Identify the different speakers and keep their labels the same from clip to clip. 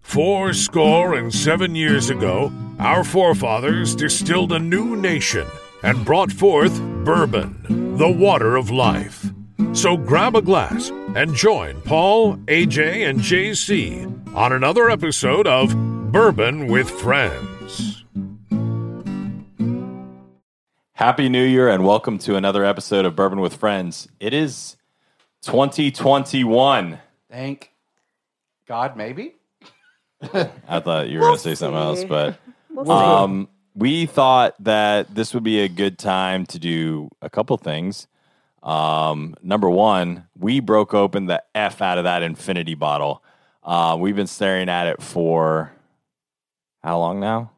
Speaker 1: Four score and seven years ago, our forefathers distilled a new nation and brought forth bourbon, the water of life. So grab a glass and join Paul, AJ, and JC on another episode of Bourbon with Friends.
Speaker 2: Happy New Year and welcome to another episode of Bourbon with Friends. It is 2021.
Speaker 3: Thank God, maybe.
Speaker 2: I thought you were going to say something else, but um, we thought that this would be a good time to do a couple things. Um, number one, we broke open the F out of that infinity bottle. Uh, we've been staring at it for how long now?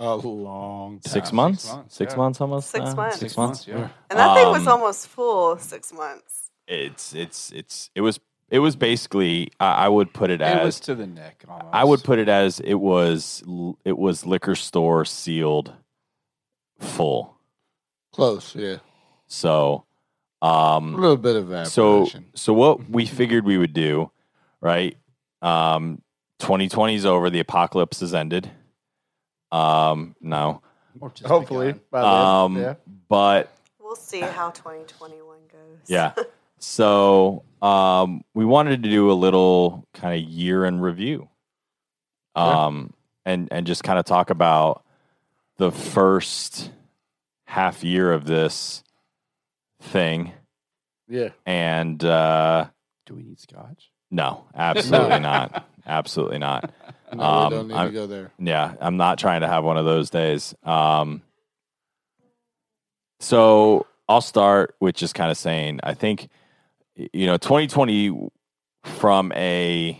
Speaker 3: A long time.
Speaker 2: Uh, Six months? Six months,
Speaker 3: yeah.
Speaker 2: almost?
Speaker 4: Six
Speaker 2: now?
Speaker 4: months.
Speaker 2: Six,
Speaker 3: Six
Speaker 2: months.
Speaker 3: months, yeah.
Speaker 4: And that thing was
Speaker 2: Um,
Speaker 4: almost full six months.
Speaker 2: It's, it's, it's, it was, it was basically, I, I would put it,
Speaker 3: It
Speaker 2: as.
Speaker 3: was to the neck almost.
Speaker 2: I would put it as it was l- it was liquor store sealed full.
Speaker 5: Close, yeah.
Speaker 2: So
Speaker 5: A
Speaker 2: um
Speaker 5: little bit of
Speaker 2: so
Speaker 5: evaporation.
Speaker 2: so what we figured we would do, right? Um 2020 is over, the apocalypse has ended. Um no.
Speaker 3: Or just
Speaker 5: hopefully,
Speaker 3: begun.
Speaker 5: by then,
Speaker 2: Um
Speaker 5: yeah.
Speaker 2: but
Speaker 4: We'll see how 2021 goes.
Speaker 2: Yeah. So um, we wanted to do a little kind of year in review, um, and and just kind of talk about the first half year of this thing.
Speaker 5: yeah.
Speaker 2: And uh,
Speaker 3: Do we need scotch?
Speaker 2: no, absolutely not, absolutely not.
Speaker 5: No,
Speaker 2: Um,
Speaker 5: we don't need
Speaker 2: I'm-
Speaker 5: to go there.
Speaker 2: Yeah, I'm not trying to have one of those days. Um, so I'll start with just kind of saying I think y- you know 2020 from a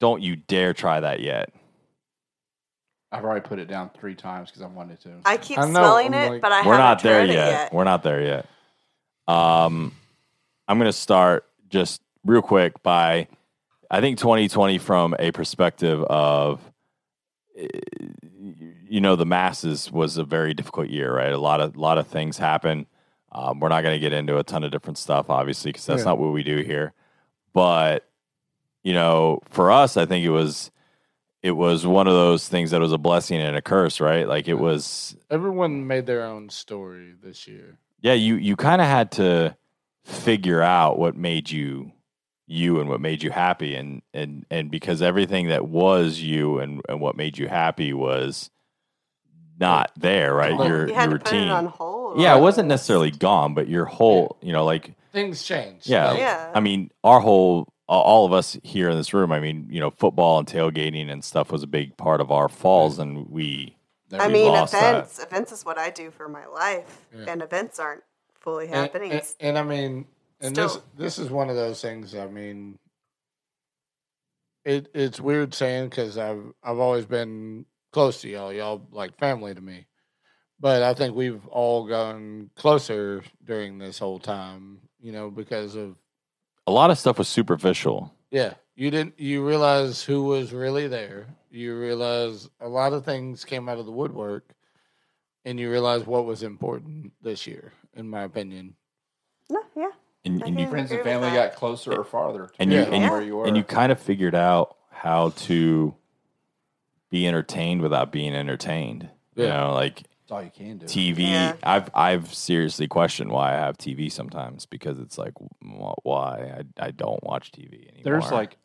Speaker 2: don't you dare try that yet.
Speaker 3: I've already put it down three times because I wanted to.
Speaker 4: I keep
Speaker 5: I know,
Speaker 4: smelling
Speaker 5: I'm
Speaker 4: it,
Speaker 5: like-
Speaker 4: but I
Speaker 2: We're
Speaker 4: haven't
Speaker 2: not there
Speaker 4: tried
Speaker 2: yet.
Speaker 4: it yet.
Speaker 2: We're not there yet. Um, I'm going to start just real quick by I think 2020 from a perspective of eh, you know the masses was a very difficult year, right? A lot of lot of things happen. Um, we're not going to get into a ton of different stuff, obviously, because that's
Speaker 5: Yeah.
Speaker 2: not what we do here. But you know, for us, I think it was it was one of those things that was a blessing and a curse, right? Like it was
Speaker 5: Everyone made their own story this year.
Speaker 2: yeah you you kind of had to figure out what made you you and what made you happy and and and because everything that was you and and what made you happy was not there right
Speaker 5: Well,
Speaker 2: your
Speaker 4: You had
Speaker 2: your
Speaker 4: to put it on
Speaker 2: routine
Speaker 4: hold.
Speaker 2: yeah it
Speaker 4: almost.
Speaker 2: wasn't necessarily gone but your whole you know like
Speaker 5: Things changed.
Speaker 2: Yeah.
Speaker 5: Like,
Speaker 4: Yeah.
Speaker 2: I mean, our whole, all of us here in this room, I mean, you know, football and tailgating and stuff was a big part of our falls. And we,
Speaker 3: There
Speaker 4: I
Speaker 3: we
Speaker 4: mean,
Speaker 3: go.
Speaker 2: lost that.
Speaker 4: events. Events is what I do for my life,
Speaker 5: Yeah.
Speaker 4: and events aren't fully
Speaker 5: and,
Speaker 4: happening.
Speaker 5: and- and I mean, and this
Speaker 4: Still.
Speaker 5: this is one of those things. I mean, it it's weird saying because I've I've always been close to y'all. Y'all like family to me, but I think we've all gotten closer during this whole time. You know, because of
Speaker 2: a lot of stuff was superficial.
Speaker 5: Yeah, you didn't. You realize who was really there. You realize a lot of things came out of the woodwork, and you realize what was important this year, in my opinion.
Speaker 4: no, yeah.
Speaker 2: And,
Speaker 4: I
Speaker 2: and you
Speaker 4: can
Speaker 3: friends and
Speaker 4: agree with
Speaker 3: family
Speaker 4: that.
Speaker 3: got closer or farther.
Speaker 2: And
Speaker 5: you-
Speaker 3: depending
Speaker 2: and
Speaker 3: on
Speaker 4: you-
Speaker 3: where you are.
Speaker 2: and you kind of figured out how to be entertained without being entertained. You
Speaker 5: Yeah.
Speaker 2: know, like
Speaker 3: That's all you can do.
Speaker 2: TV.
Speaker 4: Yeah.
Speaker 2: I've I've seriously questioned why I have TV sometimes because it's like wh- why I, I don't watch TV anymore.
Speaker 3: There's like,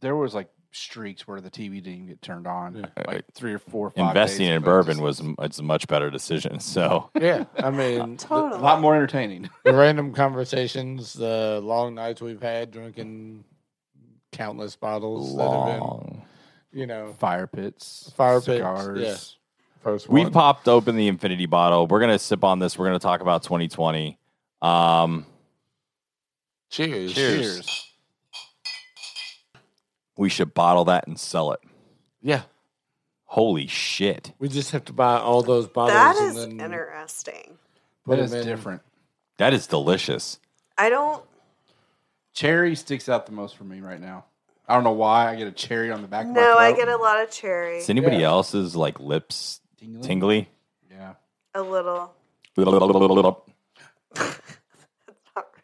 Speaker 3: there was like streaks where the TV didn't get turned on. Like three or four. or five
Speaker 2: investing
Speaker 3: days,
Speaker 2: in
Speaker 3: but
Speaker 2: bourbon
Speaker 3: just-
Speaker 2: was m- it's a much better decision. So
Speaker 5: Yeah, I mean, the,
Speaker 4: Totally.
Speaker 3: a lot more entertaining.
Speaker 5: the random conversations, the long nights we've had drinking countless bottles that have
Speaker 2: long.
Speaker 5: been, you know,
Speaker 3: Fire pits,
Speaker 5: Fire pits,
Speaker 3: cigars.
Speaker 5: yeah. first
Speaker 2: We
Speaker 5: one.
Speaker 2: popped open the infinity bottle. We're gonna sip on this. We're gonna talk about 2020. Um,
Speaker 5: cheers,
Speaker 3: Cheers.
Speaker 2: we should bottle that and sell it.
Speaker 5: Yeah,
Speaker 2: Holy shit!
Speaker 5: we just have to buy all those bottles.
Speaker 4: That is
Speaker 5: and then
Speaker 4: interesting.
Speaker 3: But
Speaker 5: put
Speaker 3: it's
Speaker 5: 'em in.
Speaker 3: different.
Speaker 2: That is delicious.
Speaker 4: I don't.
Speaker 3: Cherry sticks out the most for me right now. I don't know why. I get a cherry on the back. of my
Speaker 4: No, I
Speaker 3: throat.
Speaker 4: get a lot of cherry.
Speaker 2: Is anybody
Speaker 5: Yeah.
Speaker 2: else's like lips
Speaker 3: Tingling?
Speaker 2: tingly?
Speaker 3: Yeah.
Speaker 4: A little. Not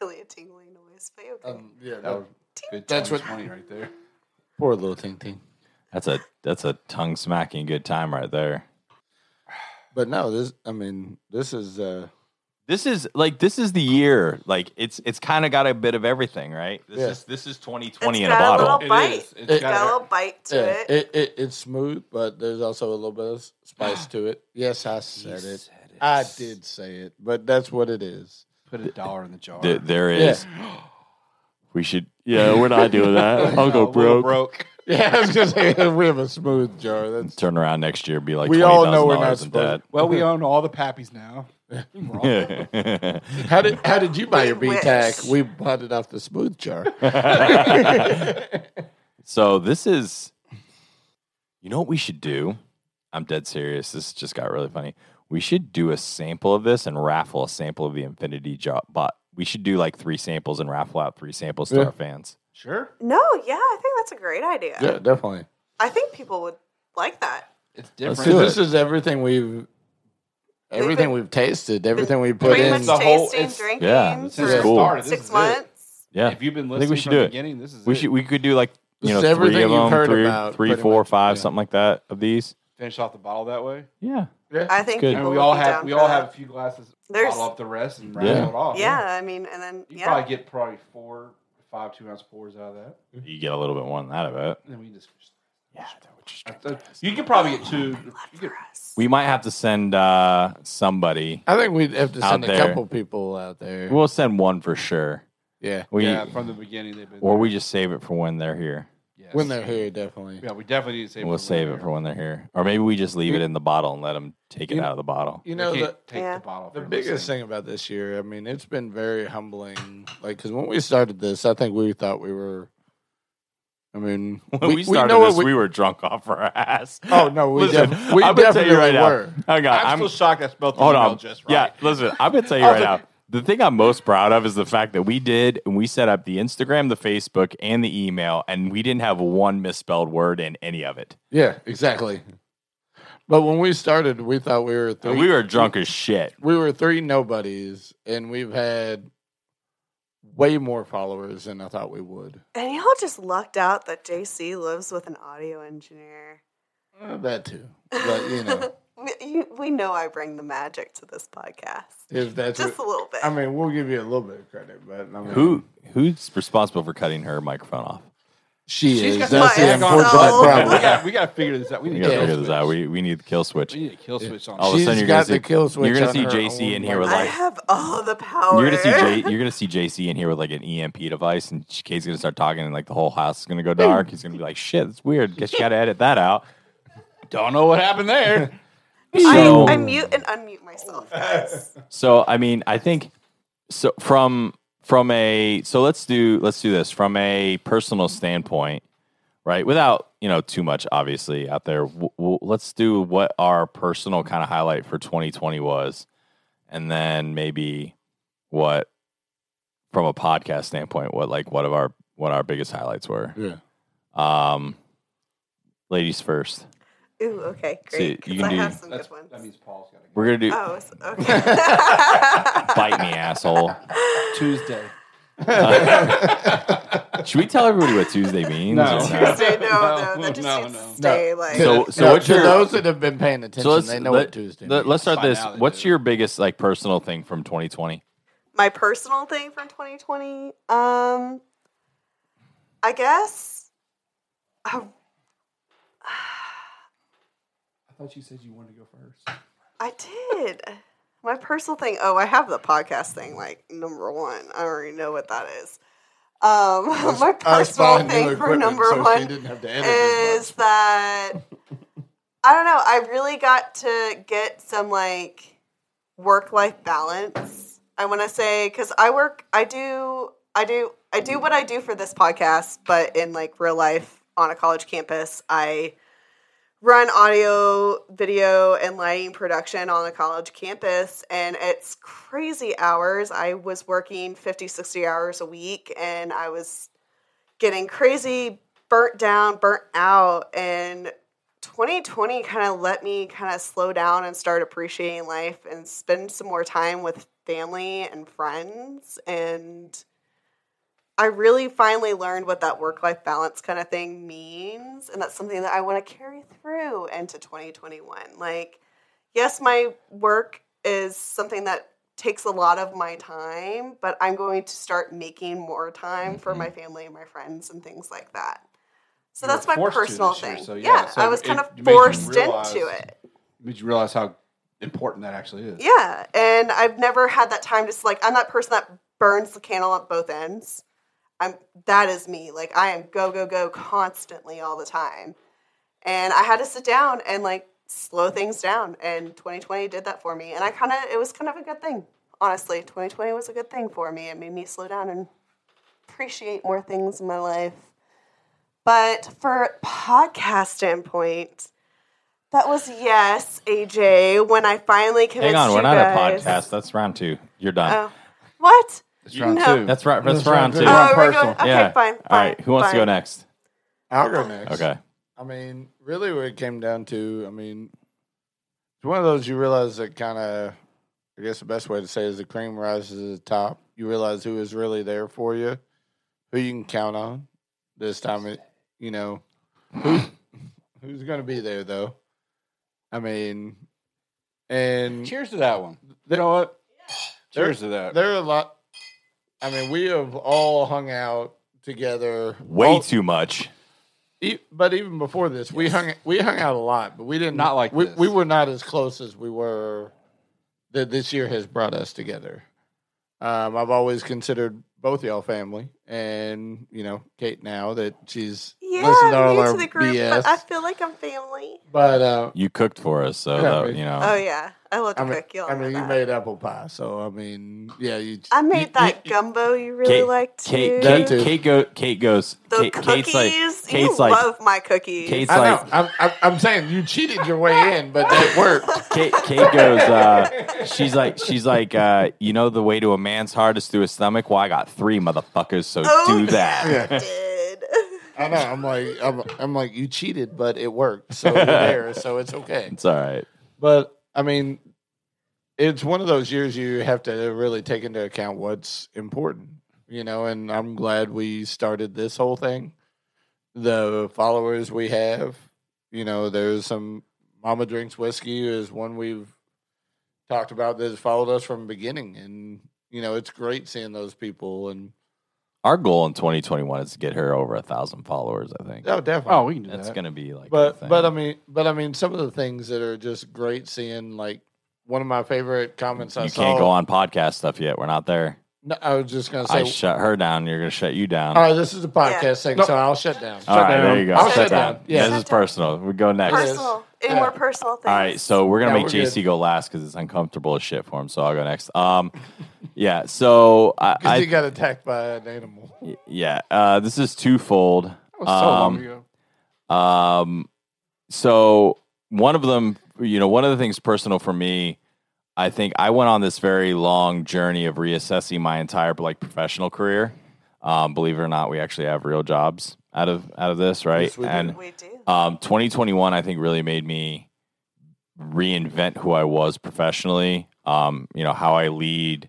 Speaker 4: really a tingling noise, but okay.
Speaker 5: Um, yeah,
Speaker 3: That was
Speaker 5: That's
Speaker 3: that's
Speaker 5: what-
Speaker 3: what money right there.
Speaker 5: Poor little Ting Ting.
Speaker 2: That's a that's a tongue smacking good time right there.
Speaker 5: But no, this. I mean, this is. uh
Speaker 2: This is like this is the year. Like it's it's kind of got a bit of everything, right? This
Speaker 5: Yeah.
Speaker 2: is this is 2020
Speaker 4: It's
Speaker 2: in a
Speaker 4: got a
Speaker 2: bottle.
Speaker 4: little- Bite.
Speaker 3: is. It's
Speaker 5: It-
Speaker 4: Got a
Speaker 3: got
Speaker 4: little bite to
Speaker 5: yeah,
Speaker 4: it.
Speaker 5: it, it it's smooth, but there's also a little bit of s- spice to it. Yes, I said it. I did say it, but that's what it is.
Speaker 3: put a dollar in the jar.
Speaker 2: Th- there
Speaker 5: Yeah.
Speaker 2: is. We should. Yeah, we're not doing that. I'll go
Speaker 3: Oh, we're
Speaker 2: broke.
Speaker 3: broke.
Speaker 5: Yeah, I was gonna say we have a smooth jar. That's
Speaker 2: Turn around next year, and be like
Speaker 5: We
Speaker 2: twenty
Speaker 5: all know
Speaker 2: thousand
Speaker 5: we're not
Speaker 2: dollars in debt.
Speaker 3: Well, we own all the pappies now. We're all
Speaker 5: how did how did you buy your
Speaker 4: We
Speaker 5: B
Speaker 4: wish.
Speaker 5: tac? We bought it off the smooth jar.
Speaker 2: so this is. You know what we should do? I'm dead serious. This just got really funny. We should do a sample of this and raffle a sample of the Infinity Job. But we should do like three samples and raffle out three samples to
Speaker 5: Yeah.
Speaker 2: our fans.
Speaker 3: Sure.
Speaker 4: No, yeah, I think that's a great idea.
Speaker 5: yeah, definitely.
Speaker 4: I think people would like that.
Speaker 3: It's
Speaker 2: Let's
Speaker 3: different.
Speaker 5: So
Speaker 2: do
Speaker 5: this is everything we've everything we've tasted, everything we put
Speaker 4: Pretty
Speaker 5: in.
Speaker 4: much
Speaker 3: the whole-
Speaker 4: tasting,
Speaker 3: it's-
Speaker 4: drinking
Speaker 2: yeah, this
Speaker 4: for
Speaker 2: is
Speaker 3: it
Speaker 2: cool.
Speaker 3: started. This
Speaker 4: six
Speaker 3: is it.
Speaker 4: months.
Speaker 2: Yeah,
Speaker 3: If you've been
Speaker 2: I think
Speaker 3: listening
Speaker 2: we should
Speaker 3: from
Speaker 2: do
Speaker 3: the
Speaker 2: it.
Speaker 3: beginning, this is
Speaker 2: we
Speaker 3: it.
Speaker 2: should. We could do like you
Speaker 5: This
Speaker 2: know
Speaker 5: is
Speaker 2: three
Speaker 5: everything
Speaker 2: of
Speaker 5: you've
Speaker 2: them,
Speaker 5: heard
Speaker 2: three,
Speaker 5: about,
Speaker 2: three,
Speaker 5: pretty
Speaker 2: four,
Speaker 5: much.
Speaker 2: five,
Speaker 5: Yeah.
Speaker 2: something like that of these.
Speaker 3: finish off the bottle that way.
Speaker 2: Yeah,
Speaker 4: I think
Speaker 2: good.
Speaker 4: people
Speaker 2: And
Speaker 3: And we
Speaker 4: would
Speaker 3: all
Speaker 4: be down
Speaker 3: have we
Speaker 4: for
Speaker 3: all
Speaker 4: that.
Speaker 3: have a few glasses.
Speaker 4: There's-
Speaker 3: bottle up the rest and
Speaker 2: Yeah.
Speaker 3: rattle it off.
Speaker 4: Yeah, I mean, and then
Speaker 3: You
Speaker 4: yeah,
Speaker 3: probably get probably four, five two ounce pours out of that.
Speaker 2: you get a little bit more than that of it.
Speaker 3: And then we just.
Speaker 2: Yeah,
Speaker 3: You could probably get two. You could,
Speaker 4: for us.
Speaker 2: we might have to send uh, somebody.
Speaker 5: I think we'd have to
Speaker 2: Out
Speaker 5: send a
Speaker 2: there.
Speaker 5: couple people out there.
Speaker 2: We'll send one for sure.
Speaker 5: yeah,
Speaker 2: We
Speaker 3: yeah, from the beginning they've been.
Speaker 2: or we just save it for when they're here.
Speaker 3: yes.
Speaker 5: when they're here, definitely.
Speaker 3: Yeah, we definitely need to save.
Speaker 2: We'll
Speaker 3: for
Speaker 2: save
Speaker 3: when
Speaker 2: it for when they're here, or maybe we just leave it in the bottle and let them take it
Speaker 5: You-
Speaker 2: out of the bottle.
Speaker 5: You
Speaker 3: they're
Speaker 5: know,
Speaker 3: here. They
Speaker 5: the,
Speaker 3: can't take
Speaker 4: Yeah.
Speaker 3: the bottle.
Speaker 5: The
Speaker 3: if you're
Speaker 5: biggest
Speaker 3: listening.
Speaker 5: thing about this year, I mean, it's been very humbling. Like, because when we started this, I think we thought we were. I mean,
Speaker 2: When we, started
Speaker 5: what
Speaker 2: this, we, were drunk off our ass.
Speaker 5: Oh, no, we
Speaker 2: Listen,
Speaker 5: def- we
Speaker 2: I'm gonna tell you
Speaker 5: definitely
Speaker 2: right
Speaker 5: were.
Speaker 2: now. Hang on,
Speaker 3: I'm,
Speaker 2: I'm-
Speaker 3: still shocked I spelled the
Speaker 2: Hold
Speaker 3: email
Speaker 2: on.
Speaker 3: just right.
Speaker 2: Yeah, listen, I'm gonna tell you
Speaker 3: I
Speaker 2: right now.
Speaker 3: was
Speaker 2: The thing I'm most proud of is the fact that we did and we set up the Instagram, the Facebook, and the email, and we didn't have one misspelled word in any of it.
Speaker 5: yeah, exactly. But when we started, we thought we were three.
Speaker 2: And we were drunk as shit.
Speaker 5: we were three nobodies, and we've had way more followers than I thought we would.
Speaker 4: And y'all just lucked out that JC lives with an audio engineer.
Speaker 5: Uh, That too, but you know,
Speaker 4: we, you, we know I bring the magic to this podcast,
Speaker 5: if that's
Speaker 4: just a
Speaker 5: what,
Speaker 4: little bit.
Speaker 5: I mean, we'll give you a little bit of credit, but I mean,
Speaker 2: Who who's responsible for cutting her microphone off?
Speaker 5: she
Speaker 3: She's
Speaker 5: is?
Speaker 3: got
Speaker 5: That's
Speaker 4: some
Speaker 5: the
Speaker 4: black on
Speaker 5: unfortunate
Speaker 4: soul.
Speaker 5: problem.
Speaker 3: we got we got to figure this out. We
Speaker 2: We
Speaker 3: need
Speaker 2: gotta
Speaker 3: to
Speaker 5: Yeah.
Speaker 2: figure this out. We we need the kill switch.
Speaker 3: We need a kill switch on.
Speaker 2: All of a
Speaker 5: She's
Speaker 2: sudden, you're
Speaker 5: got
Speaker 2: gonna
Speaker 5: the
Speaker 2: see
Speaker 5: kill switch.
Speaker 2: you're gonna
Speaker 5: on
Speaker 2: see
Speaker 5: her
Speaker 2: JC
Speaker 5: own
Speaker 2: in here
Speaker 5: mic.
Speaker 2: with
Speaker 4: I
Speaker 2: like
Speaker 4: have all the power.
Speaker 2: you're gonna see J, you're gonna see JC in here with like an EMP device, and Kate's gonna start talking, and like the whole house is gonna go dark. He's gonna be like, "Shit, that's weird. Guess you gotta edit that out."
Speaker 3: Don't know what happened there.
Speaker 2: So-
Speaker 4: I, I mute and unmute myself, guys.
Speaker 2: So I mean, I think so from from a so let's do let's do this from a personal standpoint, right? Without you know too much obviously out there. W- w- let's do what our personal kind of highlight for 2020 was, and then maybe what from a podcast standpoint, what like what of our what our biggest highlights were.
Speaker 5: Yeah.
Speaker 2: Um, ladies first.
Speaker 4: Ooh, okay,
Speaker 2: See,
Speaker 4: great.
Speaker 2: you
Speaker 4: 'cause
Speaker 2: can
Speaker 4: I
Speaker 2: do-
Speaker 4: have some
Speaker 3: That's,
Speaker 4: good ones.
Speaker 3: that means Paul's got to go.
Speaker 2: We're gonna do
Speaker 4: oh, so- okay.
Speaker 2: bite me asshole.
Speaker 3: Tuesday.
Speaker 2: Uh, Should we tell everybody what Tuesday means?
Speaker 3: No.
Speaker 2: or not?
Speaker 4: Tuesday, no, no,
Speaker 3: No,
Speaker 4: that just
Speaker 3: no,
Speaker 4: needs
Speaker 3: no.
Speaker 4: to stay like.
Speaker 2: So- so
Speaker 5: No,
Speaker 2: what's
Speaker 5: to
Speaker 2: your-
Speaker 5: those that have been paying attention,
Speaker 2: let's-
Speaker 5: they know
Speaker 2: let-
Speaker 5: what Tuesday.
Speaker 2: Let,
Speaker 5: means.
Speaker 2: us start
Speaker 3: By
Speaker 2: this.
Speaker 3: now they
Speaker 2: What's
Speaker 3: do.
Speaker 2: your biggest like personal thing from 2020?
Speaker 4: my personal thing from 2020 um i guess i,
Speaker 3: I thought you said you wanted to go first.
Speaker 4: I did my personal thing oh i have the podcast thing like number one i already know what that is um my
Speaker 5: I was
Speaker 4: personal
Speaker 5: buying new
Speaker 4: thing for
Speaker 5: equipment
Speaker 4: number
Speaker 5: so she
Speaker 4: one
Speaker 5: didn't have to edit as
Speaker 4: is that I don't know. I really got to get some like work life balance. I want to say because I work, I do, I do, I do what I do for this podcast, but in like real life on a college campus, I run audio, video, and lighting production on a college campus, and it's crazy hours. I was working 50, 60 hours a week, and I was getting crazy, burnt down, burnt out. And 2020 kind of let me kind of slow down and start appreciating life and spend some more time with family and friends. And I really finally learned what that work life balance kind of thing means. And that's something that I want to carry through into 2021. Like, yes, my work is something that takes a lot of my time, but I'm going to start making more time for
Speaker 3: Mhm.
Speaker 4: my family and my friends and things like that. So
Speaker 3: You were
Speaker 4: that's my
Speaker 3: forced to
Speaker 4: personal
Speaker 3: this year,
Speaker 4: thing.
Speaker 3: so
Speaker 4: yeah,
Speaker 3: yeah, so
Speaker 4: I was
Speaker 3: it
Speaker 4: kind of
Speaker 3: made you
Speaker 4: forced
Speaker 3: realize-
Speaker 4: into it.
Speaker 3: Made you realize how important that actually is.
Speaker 4: Yeah, and I've never had that time. Just like I'm that person that burns the candle at both ends. I'm that is me. Like I am go go go constantly all the time, and I had to sit down and like slow things down. And 2020 did that for me, and I kind of it was kind of a good thing. Honestly, 2020 was a good thing for me. It made me slow down and appreciate more things in my life. But for podcast standpoint, that was yes, AJ. When I finally
Speaker 2: Hang
Speaker 4: convinced
Speaker 2: on,
Speaker 4: you
Speaker 2: we're not a
Speaker 4: guys-
Speaker 2: podcast. That's round two. You're done.
Speaker 4: Oh, what?
Speaker 3: It's round
Speaker 4: No.
Speaker 3: two.
Speaker 2: That's right. That's
Speaker 5: That's right,
Speaker 2: round two.
Speaker 5: dude.
Speaker 4: Oh, we're
Speaker 5: personal.
Speaker 4: going. Okay,
Speaker 2: yeah.
Speaker 4: fine,
Speaker 2: All right.
Speaker 4: fine,
Speaker 2: Who wants to go
Speaker 4: fine.
Speaker 2: next?
Speaker 5: I'll go next.
Speaker 2: Okay.
Speaker 5: I mean, really, what it came down to, I mean, it's one of those you realize that kind of, I guess the best way to say it is the cream rises to the top. You realize who is really there for you, who you can count on. This time, it, you know, who, who's going to be there, though. I mean, and
Speaker 3: Cheers to that one.
Speaker 5: you know what?
Speaker 3: Cheers to that.
Speaker 5: There are a lot. I mean, we have all hung out together
Speaker 2: Way
Speaker 5: all-
Speaker 2: too much.
Speaker 5: E- but even before this, we hung we hung out a lot, but we didn't
Speaker 3: Not like
Speaker 5: we,
Speaker 3: this.
Speaker 5: we were not as close as we were that this year has brought us together. Um, I've always considered both y'all family, and you know Kate now that she's
Speaker 4: Yeah,
Speaker 5: listened to
Speaker 4: I'm
Speaker 5: all
Speaker 4: new
Speaker 5: our
Speaker 4: to the group,
Speaker 5: BS.
Speaker 4: but I feel like I'm family.
Speaker 5: but uh,
Speaker 2: You cooked for us, so
Speaker 5: Yeah,
Speaker 2: that-
Speaker 5: right.
Speaker 2: you know.
Speaker 4: Oh yeah, I love to
Speaker 5: I mean,
Speaker 4: cook. You'll
Speaker 5: I mean,
Speaker 4: know
Speaker 5: you
Speaker 4: that.
Speaker 5: made apple pie, so I mean, yeah, you.
Speaker 4: I
Speaker 5: you-
Speaker 4: made that
Speaker 5: you-
Speaker 4: gumbo you really
Speaker 2: Kate-
Speaker 4: liked too.
Speaker 2: Kate,
Speaker 5: That
Speaker 2: Kate,
Speaker 5: too.
Speaker 2: Kate, go, Kate goes.
Speaker 4: the
Speaker 2: Kate,
Speaker 4: cookies.
Speaker 2: Kate's like,
Speaker 4: you
Speaker 2: Kate's like-
Speaker 4: love my cookies.
Speaker 2: Kate's
Speaker 5: I
Speaker 2: like,
Speaker 5: know. I'm, I'm, I'm saying you cheated your way in, but it worked.
Speaker 2: Kate, Kate goes. Uh, she's like, she's like, uh, you know, the way to a man's heart is through his stomach. Well, I got three motherfuckers, so
Speaker 4: oh,
Speaker 2: do
Speaker 4: yeah,
Speaker 2: that.
Speaker 4: I did.
Speaker 5: I know. I'm like, I'm, I'm like, you cheated, but it worked. So you're there, so it's okay.
Speaker 2: It's all right.
Speaker 5: But I mean, it's one of those years you have to really take into account what's important, you know. And I'm glad we started this whole thing. The followers we have, you know, there's some Mama Drinks Whiskey is one we've talked about that has followed us from the beginning, and you know, it's great seeing those people. And
Speaker 2: Our goal in 2021 is to get her over a thousand followers. I think
Speaker 5: oh, definitely,
Speaker 3: Oh, we can do
Speaker 2: that's
Speaker 3: that.
Speaker 2: gonna be like. the
Speaker 5: but
Speaker 2: thing.
Speaker 5: but um, I mean but I mean some of the things that are just great seeing like one of my favorite comments I
Speaker 2: you
Speaker 5: saw.
Speaker 2: can't go on podcast stuff yet. We're not there.
Speaker 5: No, I was just gonna
Speaker 2: I
Speaker 5: say.
Speaker 2: shut her down. You're gonna shut you down.
Speaker 5: all right, this is a podcast
Speaker 4: Yeah.
Speaker 5: thing,
Speaker 3: No.
Speaker 5: so I'll shut down.
Speaker 2: All
Speaker 3: Shut
Speaker 2: right,
Speaker 3: down.
Speaker 2: there you go.
Speaker 5: I'll
Speaker 2: shut,
Speaker 5: shut
Speaker 2: down.
Speaker 5: down. Yeah.
Speaker 2: This is
Speaker 4: Shut down.
Speaker 2: personal. We go next.
Speaker 5: Yes.
Speaker 4: personal. Any
Speaker 5: Yeah.
Speaker 4: more personal things?
Speaker 2: All right, so we're gonna
Speaker 5: Yeah,
Speaker 2: make
Speaker 5: we're
Speaker 2: JC go last because it's uncomfortable as shit for him. So I'll go next. Um, yeah. So I,
Speaker 5: Because
Speaker 2: I
Speaker 5: you got attacked by an animal.
Speaker 2: yeah. Uh, this is twofold.
Speaker 3: That was so long
Speaker 2: Um,
Speaker 3: ago.
Speaker 2: Um, so one of them, you know, one of the things personal for me, I think I went on this very long journey of reassessing my entire like professional career. Um, believe it or not, we actually have real jobs out of out of this, right?
Speaker 5: Yes, we do.
Speaker 2: and
Speaker 4: we do.
Speaker 2: um, 2021, I think, really made me reinvent who I was professionally. Um, you know how I lead.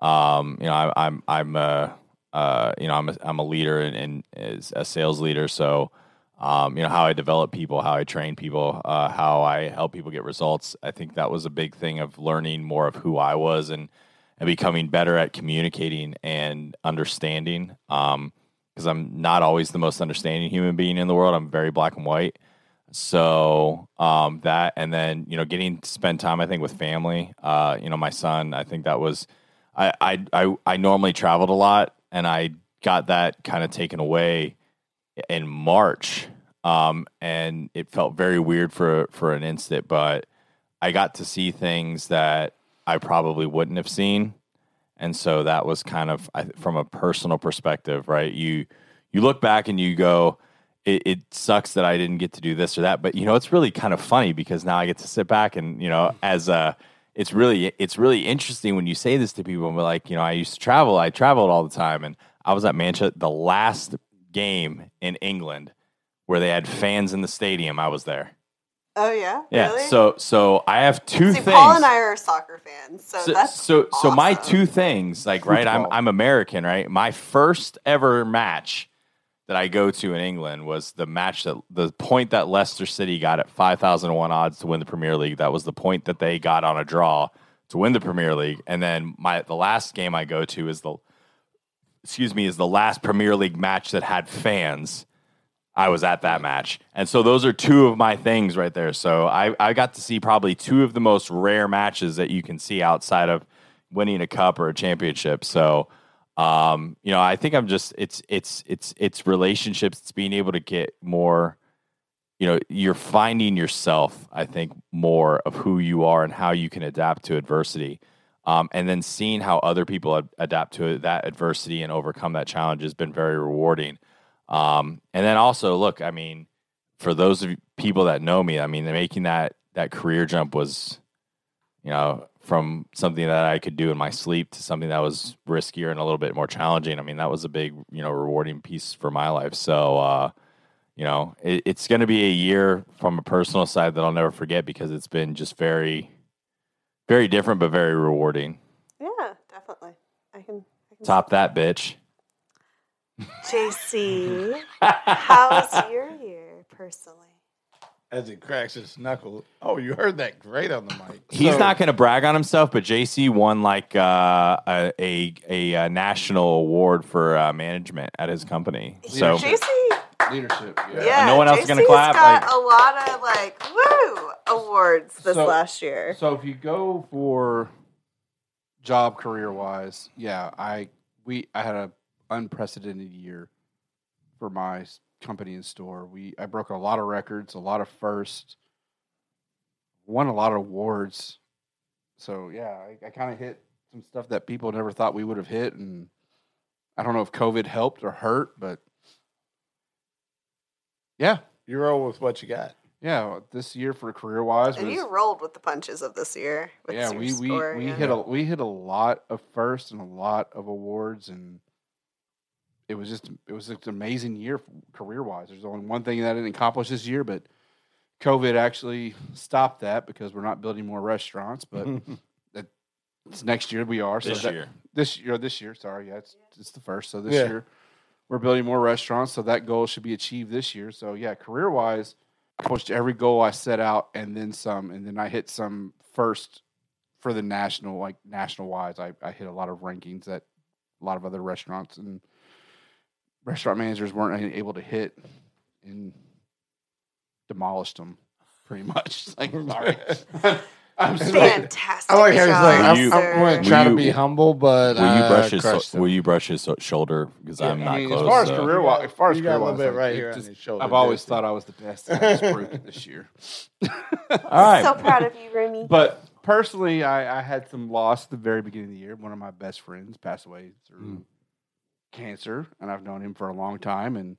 Speaker 2: Um, you know I, I'm I'm a uh, you know I'm a, I'm a leader and, and as a sales leader. So um, you know how I develop people, how I train people, uh, how I help people get results. I think that was a big thing of learning more of who I was and and becoming better at communicating and understanding. Um, because I'm not always the most understanding human being in the world. I'm very black and white. So um, that, and then you know, getting to spend time, I think, with family. Uh, you know, my son. I think that was, I, I, I, I normally traveled a lot, and I got that kind of taken away in March, um, and it felt very weird for for an instant. But I got to see things that I probably wouldn't have seen and so that was kind of I- from a personal perspective right you you look back and you go it, it sucks that i didn't get to do this or that but you know it's really kind of funny because now i get to sit back and you know as a it's really it's really interesting when you say this to people and we're like you know i used to travel i traveled all the time and i was at manchester the last game in england where they had fans in the stadium i was there
Speaker 4: Oh yeah.
Speaker 2: Yeah.
Speaker 4: Really?
Speaker 2: So so I have two
Speaker 4: See,
Speaker 2: things.
Speaker 4: Paul and I are soccer fans, so,
Speaker 2: so
Speaker 4: that's
Speaker 2: so, so my
Speaker 4: awesome.
Speaker 2: two things like right I'm I'm American right my first ever match that I go to in England was the match that the point that Leicester City got at 5001 odds to win the Premier League that was the point that they got on a draw to win the Premier League and then my the last game I go to is the excuse me is the last Premier League match that had fans I was at that match. And so those are two of my things right there. So I, I got to see probably two of the most rare matches that you can see outside of winning a cup or a championship. So um, you know, I think I'm just it's it's it's it's relationships, it's being able to get more, you know, you're finding yourself, I think, more of who you are and how you can adapt to adversity. Um, and then seeing how other people ad- adapt to that adversity and overcome that challenge has been very rewarding. Um, and then also, look, I mean, for those of you- people that know me, I mean, making that that career jump was, you know, from something that I could do in my sleep to something that was riskier and a little bit more challenging. I mean, that was a big, you know, rewarding piece for my life. So, uh, you know, it, it's going to be a year from a personal side that I'll never forget because it's been just very, very different but very rewarding.
Speaker 4: yeah, definitely. I can. I can
Speaker 2: Top that, bitch.
Speaker 4: JC, how's your year personally?
Speaker 5: As he cracks his knuckle. Oh, you heard that great on the mic.
Speaker 2: He's
Speaker 5: So-
Speaker 2: not going to brag on himself, but JC won like uh, a, a a uh, national award for uh, management at his company. So
Speaker 5: Yeah.
Speaker 4: JC,
Speaker 3: Leadership. Yeah.
Speaker 4: yeah,
Speaker 2: no one else is
Speaker 4: JC's
Speaker 2: gonna clap,
Speaker 4: Got
Speaker 2: like-
Speaker 4: a lot of like woo awards this
Speaker 3: So-
Speaker 4: last year.
Speaker 3: So if you go for job career wise, yeah, I we I had a unprecedented year for my s- company and store. We I broke a lot of records, a lot of firsts, won a lot of awards. So yeah, I, I kind of hit some stuff that people never thought we would have hit, and I don't know if COVID helped or hurt, but yeah,
Speaker 5: You roll with what you got.
Speaker 3: yeah, this year for career wise
Speaker 4: and
Speaker 3: was
Speaker 4: you rolled with the punches of this year. With
Speaker 3: yeah,
Speaker 4: your
Speaker 3: we we,
Speaker 4: score,
Speaker 3: we
Speaker 4: yeah.
Speaker 3: hit a we hit a lot of firsts and a lot of awards, and it was just it was just an amazing year career wise. There's only one thing that I didn't accomplish this year, but COVID actually stopped that because we're not building more restaurants. But that, it's next year we are. So
Speaker 2: Mm-hmm. this
Speaker 3: that,
Speaker 2: year,
Speaker 3: this year, this year, sorry, yeah, it's, it's the first. So this
Speaker 5: Yeah.
Speaker 3: year, we're building more restaurants, so that goal should be achieved this year. So yeah, career wise, pushed every goal I set out and then some, and then I hit some first for the national, like national wise, I, I hit a lot of rankings that a lot of other restaurants and restaurant managers weren't able to hit and demolished them pretty much. Like, sorry. I'm sorry.
Speaker 4: fantastic.
Speaker 5: I like how he's
Speaker 4: job,
Speaker 5: like, I'm,
Speaker 2: you-
Speaker 5: I'm going
Speaker 4: sir.
Speaker 5: to try
Speaker 2: Will
Speaker 5: to
Speaker 2: you-
Speaker 5: be humble, but
Speaker 2: will you
Speaker 5: I
Speaker 2: brush his
Speaker 5: Uh, crushed him.
Speaker 2: will you brush his shoulder because I'm not
Speaker 3: I mean,
Speaker 2: close.
Speaker 3: As far as
Speaker 2: so-
Speaker 3: career wise, as far as
Speaker 5: You got
Speaker 3: career
Speaker 5: a little
Speaker 3: wise,
Speaker 5: bit right here on his shoulder.
Speaker 3: I've always
Speaker 5: Jesse.
Speaker 3: thought I was the best. and I just proved it this year.
Speaker 2: all right,
Speaker 4: So proud of you, Remy.
Speaker 3: But personally, I, I had some loss at the very beginning of the year. One of my best friends passed away through cancer, and I've known him for a long time. And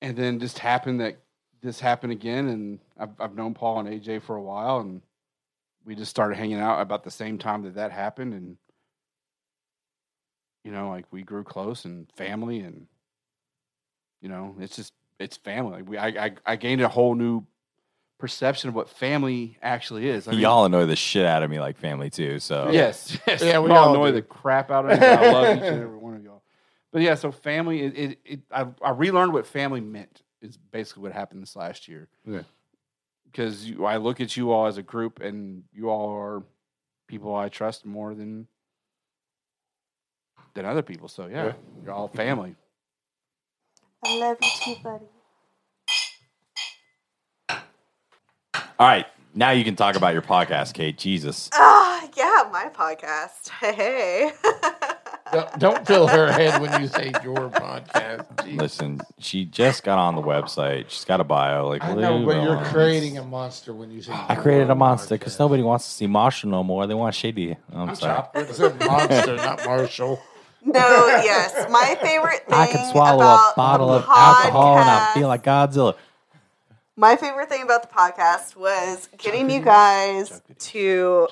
Speaker 3: and then just happened that this happened again, and I've, I've known Paul and AJ for a while, and we just started hanging out about the same time that that happened, and you know, like we grew close and family, and you know, it's just it's family. Like we, I, I, I gained a whole new perception of what family actually is. I mean,
Speaker 2: y'all annoy the shit out of me like family too. So
Speaker 3: Yes, yes.
Speaker 5: Yeah,
Speaker 3: we,
Speaker 5: we
Speaker 3: all
Speaker 5: all
Speaker 3: annoy
Speaker 5: do.
Speaker 3: the crap out of you. I love each and every one of y'all. But yeah, so family. It, it, it I, I relearned what family meant. Is basically what happened this last year.
Speaker 5: Yeah.
Speaker 3: Because you, I look at you all as a group, and you all are people I trust more than than other people. So yeah,
Speaker 5: Yeah.
Speaker 3: you're all family.
Speaker 4: I love you too, buddy.
Speaker 2: all right, now you can talk about your podcast, Kate. Jesus,
Speaker 4: Ah, yeah, my podcast. Hey, hey.
Speaker 5: Don't, don't fill her head when you say your podcast. Jeez.
Speaker 2: listen, she just got on the website. She's got a bio. Like
Speaker 5: I know,
Speaker 2: leave it
Speaker 5: but you're
Speaker 2: alone.
Speaker 5: creating Oh a monster when you say.
Speaker 2: I created a monster because nobody wants to see Marshall no more. They want Shady. I'm sorry.
Speaker 5: It's a monster, not Marshall.
Speaker 4: no, yes, my favorite thing.
Speaker 2: I can swallow
Speaker 4: about
Speaker 2: a bottle
Speaker 4: the
Speaker 2: of alcohol and I
Speaker 4: podcast-
Speaker 2: feel like Godzilla.
Speaker 4: My favorite thing about the podcast was getting you guys to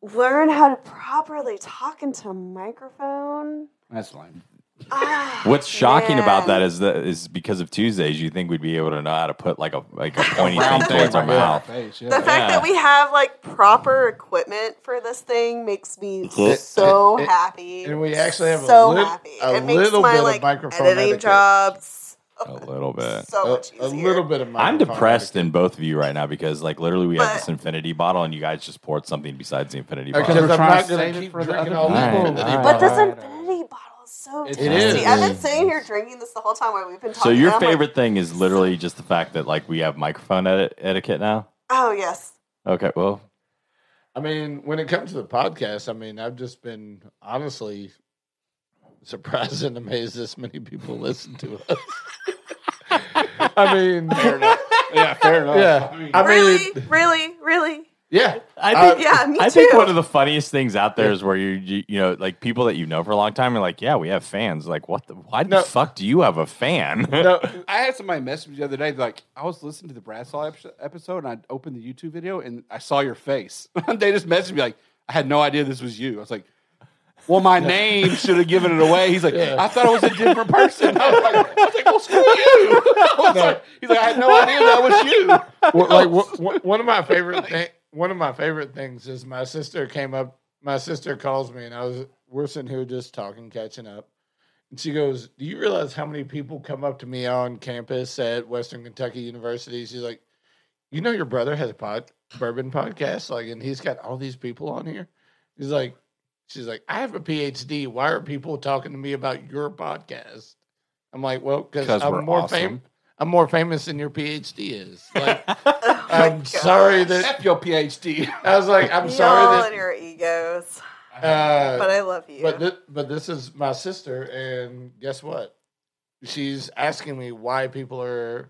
Speaker 4: learn how to properly talk into a microphone.
Speaker 3: That's lame.
Speaker 4: Ah,
Speaker 2: What's shocking about
Speaker 4: man.
Speaker 2: that is that is because of Tuesdays. You think we'd be able to know how to put like a like a pointy thing
Speaker 3: Round
Speaker 2: towards
Speaker 3: thing
Speaker 2: our
Speaker 3: right now.
Speaker 2: mouth?
Speaker 3: Face,
Speaker 4: The
Speaker 3: yeah.
Speaker 4: fact that we have like proper equipment for this thing makes me
Speaker 5: It-
Speaker 4: so
Speaker 5: it- it-
Speaker 4: happy.
Speaker 5: and we actually have a
Speaker 4: so
Speaker 5: lit-
Speaker 4: happy.
Speaker 5: a
Speaker 4: it makes
Speaker 5: little
Speaker 4: my
Speaker 5: bit of
Speaker 4: like
Speaker 5: microphone
Speaker 4: editing
Speaker 5: etiquette. Uh,
Speaker 4: jobs
Speaker 2: A little bit.
Speaker 4: so
Speaker 5: a,
Speaker 4: much easier.
Speaker 5: a little bit of my
Speaker 2: I'm depressed in both of you right now because like literally we have
Speaker 4: But-
Speaker 2: this infinity bottle and you guys just poured something besides the infinity
Speaker 5: because
Speaker 3: Okay,
Speaker 2: bottle.
Speaker 5: Uh, I'm
Speaker 3: we're trying
Speaker 5: not
Speaker 3: to
Speaker 5: going
Speaker 3: save
Speaker 5: to
Speaker 3: it
Speaker 5: keep
Speaker 3: for the
Speaker 5: drinking
Speaker 3: other
Speaker 5: all these
Speaker 2: people. Alright,
Speaker 5: little bitty
Speaker 2: alright.
Speaker 4: But this
Speaker 5: bottles.
Speaker 4: infinity bottle is so
Speaker 3: It
Speaker 4: tasty.
Speaker 5: is.
Speaker 4: I've been sitting here drinking this the whole time while we've been talking.
Speaker 2: So your
Speaker 4: and I'm like,
Speaker 2: favorite thing is literally just the fact that like we have microphone eti- etiquette now.
Speaker 4: oh yes.
Speaker 2: Okay, well,
Speaker 5: I mean, when it comes to the podcast, I mean, I've just been honestly surprised and amazed this many people listen to us. I mean,
Speaker 3: yeah, fair enough.
Speaker 5: Yeah.
Speaker 3: I mean,
Speaker 5: I mean-
Speaker 4: really, really, really.
Speaker 5: yeah,
Speaker 2: I
Speaker 5: Uh,
Speaker 2: think
Speaker 4: Yeah, me
Speaker 2: I
Speaker 4: too.
Speaker 2: think one of the funniest things out there is where you, you you know like people that you know for a long time are like, yeah, we have fans. Like, what? The, why
Speaker 5: No.
Speaker 2: the fuck do you have a fan?
Speaker 3: I had somebody message me the other day, like, I was listening to the Brassaw epi- episode and I opened the YouTube video and I saw your face. they just messaged me, like, I had no idea this was you. I was like, well, my name should have given it away. He's like,
Speaker 5: Yeah.
Speaker 3: I thought it was a different person. I was like, I was like well, screw you. I was like, he's like, I had no idea that was you.
Speaker 5: Well, like one- one of my favorite thing, one of my favorite things is my sister came up. My sister calls me, and I was we're sitting here just talking, catching up, and she goes, "Do you realize how many people come up to me on campus at Western Kentucky University?" She's like, "You know, your brother has a pod bourbon podcast, like, and he's got all these people on here." He's like, "She's like, I have a PhD. Why are people talking to me about your podcast?" I'm like, "Well, because
Speaker 2: 'Cause
Speaker 5: I'm
Speaker 2: we're
Speaker 5: more
Speaker 2: awesome.
Speaker 5: famous." I'm more famous than your PhD is. Like,
Speaker 4: Oh my
Speaker 5: I'm
Speaker 4: gosh.
Speaker 5: sorry that
Speaker 3: F your PhD.
Speaker 5: I was like, I'm
Speaker 4: Y'all
Speaker 5: sorry
Speaker 4: and your egos,
Speaker 5: that, uh,
Speaker 4: but I love you.
Speaker 5: but thi- but this is my sister, and guess what? She's asking me why people are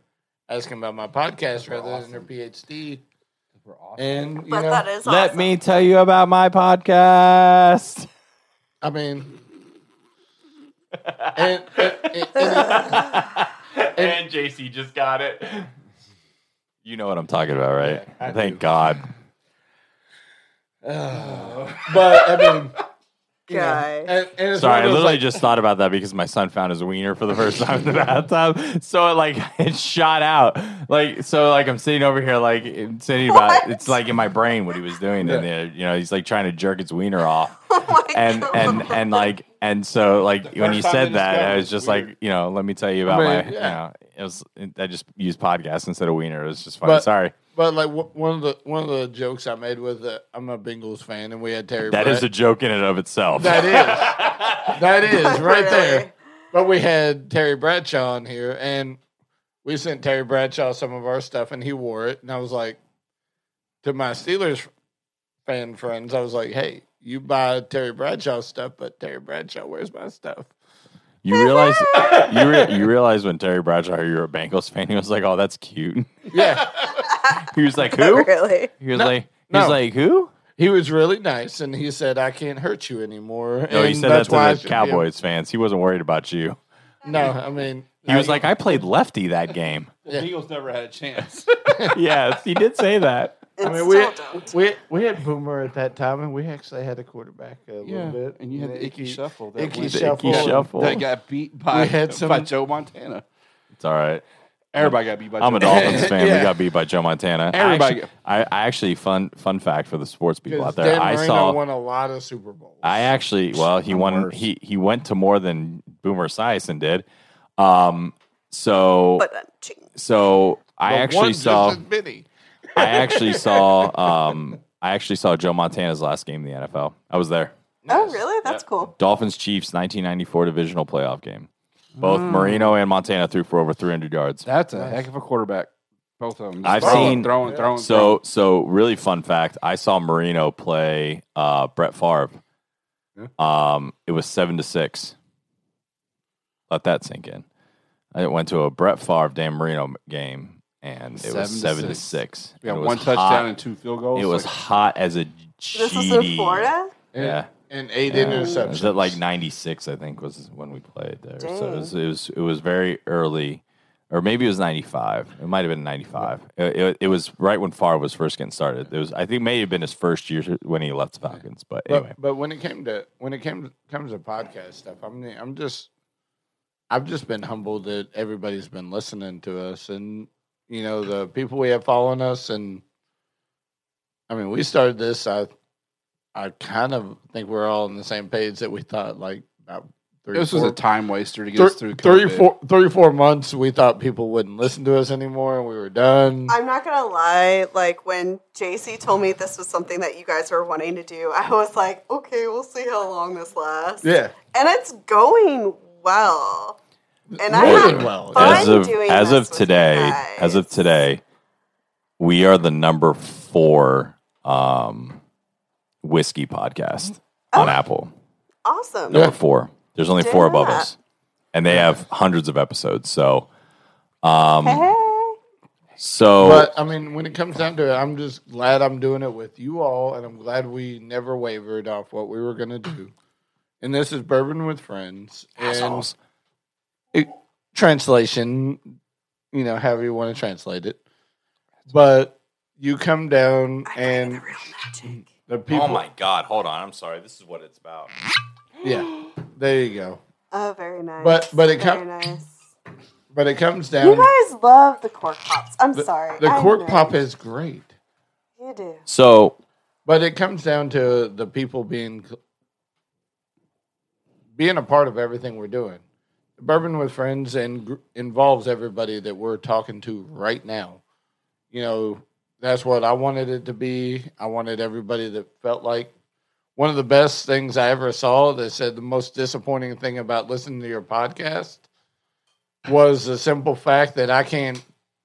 Speaker 5: asking about my podcast rather than her PhD,
Speaker 3: We're awesome.
Speaker 5: and you
Speaker 4: But
Speaker 5: know,
Speaker 4: that is
Speaker 2: Let
Speaker 4: awesome.
Speaker 2: me tell you about my podcast.
Speaker 5: I mean, and, and, and- and-
Speaker 2: and JC just got it. You know what I'm talking about, right?
Speaker 5: Yeah, I
Speaker 2: Thank
Speaker 5: do.
Speaker 2: God.
Speaker 5: but I mean, you know,
Speaker 4: Guys.
Speaker 5: and, and it's
Speaker 2: Sorry, I
Speaker 5: one of those,
Speaker 2: literally
Speaker 5: like,
Speaker 2: just thought about that because my son found his wiener for the first time in the bathtub. So it like it shot out. Like so, like I'm sitting over here, like sitting about
Speaker 4: What?
Speaker 2: it's like in my brain what he was doing in there. You know, he's like trying to jerk its wiener off.
Speaker 4: oh my
Speaker 2: And
Speaker 4: God.
Speaker 2: and and like and so like
Speaker 3: The
Speaker 2: when you
Speaker 3: first time
Speaker 2: said
Speaker 3: they
Speaker 2: that, I
Speaker 3: discovered
Speaker 2: was
Speaker 3: it's
Speaker 2: just
Speaker 3: weird.
Speaker 2: like, you know, let me tell you about
Speaker 5: mean,
Speaker 2: my
Speaker 5: yeah.
Speaker 2: you know, it was I just used podcast instead of wiener. It was just funny.
Speaker 5: But-
Speaker 2: Sorry.
Speaker 5: but like w- one of the one of the jokes I made with uh, I'm a Bengals fan, and we had Terry.
Speaker 2: That
Speaker 5: Brett.
Speaker 2: is a joke in and of itself.
Speaker 5: That is. that is right
Speaker 4: Really?
Speaker 5: there. But we had Terry Bradshaw on here and we sent Terry Bradshaw some of our stuff and he wore it. And I was like, to my Steelers fan friends, I was like, hey, you buy Terry Bradshaw stuff, but Terry Bradshaw wears my stuff.
Speaker 2: You realize you re- you realize when Terry Bradshaw, you're a Bengals fan. He was like, "Oh, that's cute."
Speaker 5: Yeah.
Speaker 2: He was like, "Who?"
Speaker 4: really?
Speaker 2: He was
Speaker 5: No,
Speaker 2: like, he
Speaker 5: no.
Speaker 2: was like, "Who?"
Speaker 5: he was really nice and he said, I can't hurt you anymore.
Speaker 2: No, he
Speaker 5: and
Speaker 2: said that
Speaker 5: I
Speaker 2: to the
Speaker 5: should be-
Speaker 2: Cowboys fans. He wasn't worried about you.
Speaker 5: No, I mean,
Speaker 2: He was like, "I played lefty that game."
Speaker 3: The Eagles never had a chance.
Speaker 2: yes, he did say that.
Speaker 4: It's
Speaker 5: I mean, we,
Speaker 4: still don't.
Speaker 5: we we had Boomer at that time, and we actually had a quarterback a little bit.
Speaker 3: And you had the Icky Shuffle. That
Speaker 5: Icky
Speaker 3: went-
Speaker 2: The
Speaker 5: Shuffle.
Speaker 2: Icky shuffle.
Speaker 3: That got beat by,
Speaker 5: We had some-
Speaker 3: by Joe Montana.
Speaker 2: It's all right.
Speaker 3: Everybody got beat by
Speaker 2: I'm
Speaker 3: Joe
Speaker 2: a Dolphins fan.
Speaker 5: Yeah.
Speaker 2: We got beat by Joe Montana. I
Speaker 3: Everybody-
Speaker 2: actually- I, I actually fun fun fact for the sports people out
Speaker 5: Because
Speaker 2: there.
Speaker 5: Dan
Speaker 2: I
Speaker 5: Marino
Speaker 2: saw.
Speaker 5: won a lot of Super Bowls.
Speaker 2: I actually, well, he won.
Speaker 3: worse.
Speaker 2: He he went to more than Boomer Esiason did. Um, so
Speaker 4: But uh, ching.
Speaker 2: so I
Speaker 5: But one
Speaker 2: actually
Speaker 5: just
Speaker 2: saw
Speaker 5: as many.
Speaker 2: I actually saw um I actually saw Joe Montana's last game in the NFL. I was there.
Speaker 4: oh really? That's cool.
Speaker 2: Dolphins Chiefs 1994 divisional playoff game. Both
Speaker 3: Mm.
Speaker 2: Marino and Montana threw for over 300 yards.
Speaker 3: That's a heck of a quarterback. Both of them.
Speaker 2: I've
Speaker 3: throwing,
Speaker 2: seen-
Speaker 3: throwing,
Speaker 5: Yeah.
Speaker 3: throwing.
Speaker 2: So so really fun fact, I saw Marino play uh Brett Favre. Um it was 7 to 6. Let that sink in. I went to a Brett Favre Dan Marino game and it was 7
Speaker 3: Seven
Speaker 2: to
Speaker 3: to
Speaker 2: 6.
Speaker 3: we
Speaker 2: It
Speaker 3: got
Speaker 2: was
Speaker 3: one touchdown
Speaker 2: hot.
Speaker 3: and two field goals.
Speaker 2: It was
Speaker 3: Like,
Speaker 2: hot as a
Speaker 4: This was
Speaker 2: GD.
Speaker 4: in Florida.
Speaker 5: And,
Speaker 2: Yeah.
Speaker 5: and eight
Speaker 2: Yeah. It
Speaker 5: interceptions.
Speaker 2: was at like 96, I think, was when we played there. So it
Speaker 4: Dang.
Speaker 2: was, it was it was very early, or maybe it was 95. It might have been 95. It, it, it was right when Favre was first getting started. It was I think may have been his first year when he left the Falcons. But
Speaker 5: but,
Speaker 2: anyway,
Speaker 5: but when it came to when it came comes to podcast stuff, I'm I'm just I've just been humbled that everybody's been listening to us and you know the people we have following us and I mean we started this I I kind of think we're all on the same page that we thought like about three
Speaker 3: This was
Speaker 5: four-
Speaker 3: a time waster to get
Speaker 5: three,
Speaker 3: us through
Speaker 5: three,
Speaker 3: COVID.
Speaker 5: four, three, four months we thought people wouldn't listen to us anymore and we were done.
Speaker 4: I'm not gonna lie. Like when JC told me this was something that you guys were wanting to do, I was like, okay, we'll see how long this lasts.
Speaker 5: yeah.
Speaker 4: and it's going well. And I
Speaker 5: More
Speaker 4: had
Speaker 5: than well,
Speaker 4: fun
Speaker 2: as of
Speaker 4: doing
Speaker 2: as
Speaker 4: this
Speaker 2: of
Speaker 4: with
Speaker 2: today,
Speaker 4: you guys.
Speaker 2: as of today, we are the number four um, whiskey podcast on
Speaker 4: Oh.
Speaker 2: Apple.
Speaker 4: awesome.
Speaker 2: Number four. There's only four
Speaker 4: Didn't know
Speaker 2: above
Speaker 4: that.
Speaker 2: us, and they have hundreds of episodes. So, um,
Speaker 4: Hey,
Speaker 2: so
Speaker 5: But I mean, when it comes down to it, I'm just glad I'm doing it with you all, and I'm glad we never wavered off what we were gonna do. And this is bourbon with friends. And
Speaker 2: assholes.
Speaker 5: it, translation, you know, however you want to translate it. But you come down
Speaker 4: I believe in
Speaker 5: and
Speaker 4: the real magic.
Speaker 5: the people.
Speaker 2: oh my god! Hold on. I'm sorry. This is what it's about.
Speaker 5: Yeah, there you go.
Speaker 4: Oh, very nice.
Speaker 5: But- but it
Speaker 4: very
Speaker 5: com-
Speaker 4: nice.
Speaker 5: But it comes
Speaker 4: You
Speaker 5: down.
Speaker 4: guys love the cork pops. I'm
Speaker 5: the,
Speaker 4: sorry.
Speaker 5: the
Speaker 4: I
Speaker 5: cork
Speaker 4: know.
Speaker 5: pop is great,
Speaker 4: You do.
Speaker 2: So
Speaker 5: but it comes down to the people being being a part of everything we're doing. Bourbon with friends and gr- involves everybody that we're talking to right now. You know, that's what I wanted it to be. I wanted everybody that felt like one of the best things I ever saw. They said the most disappointing thing about listening to your podcast was the simple fact that I can't.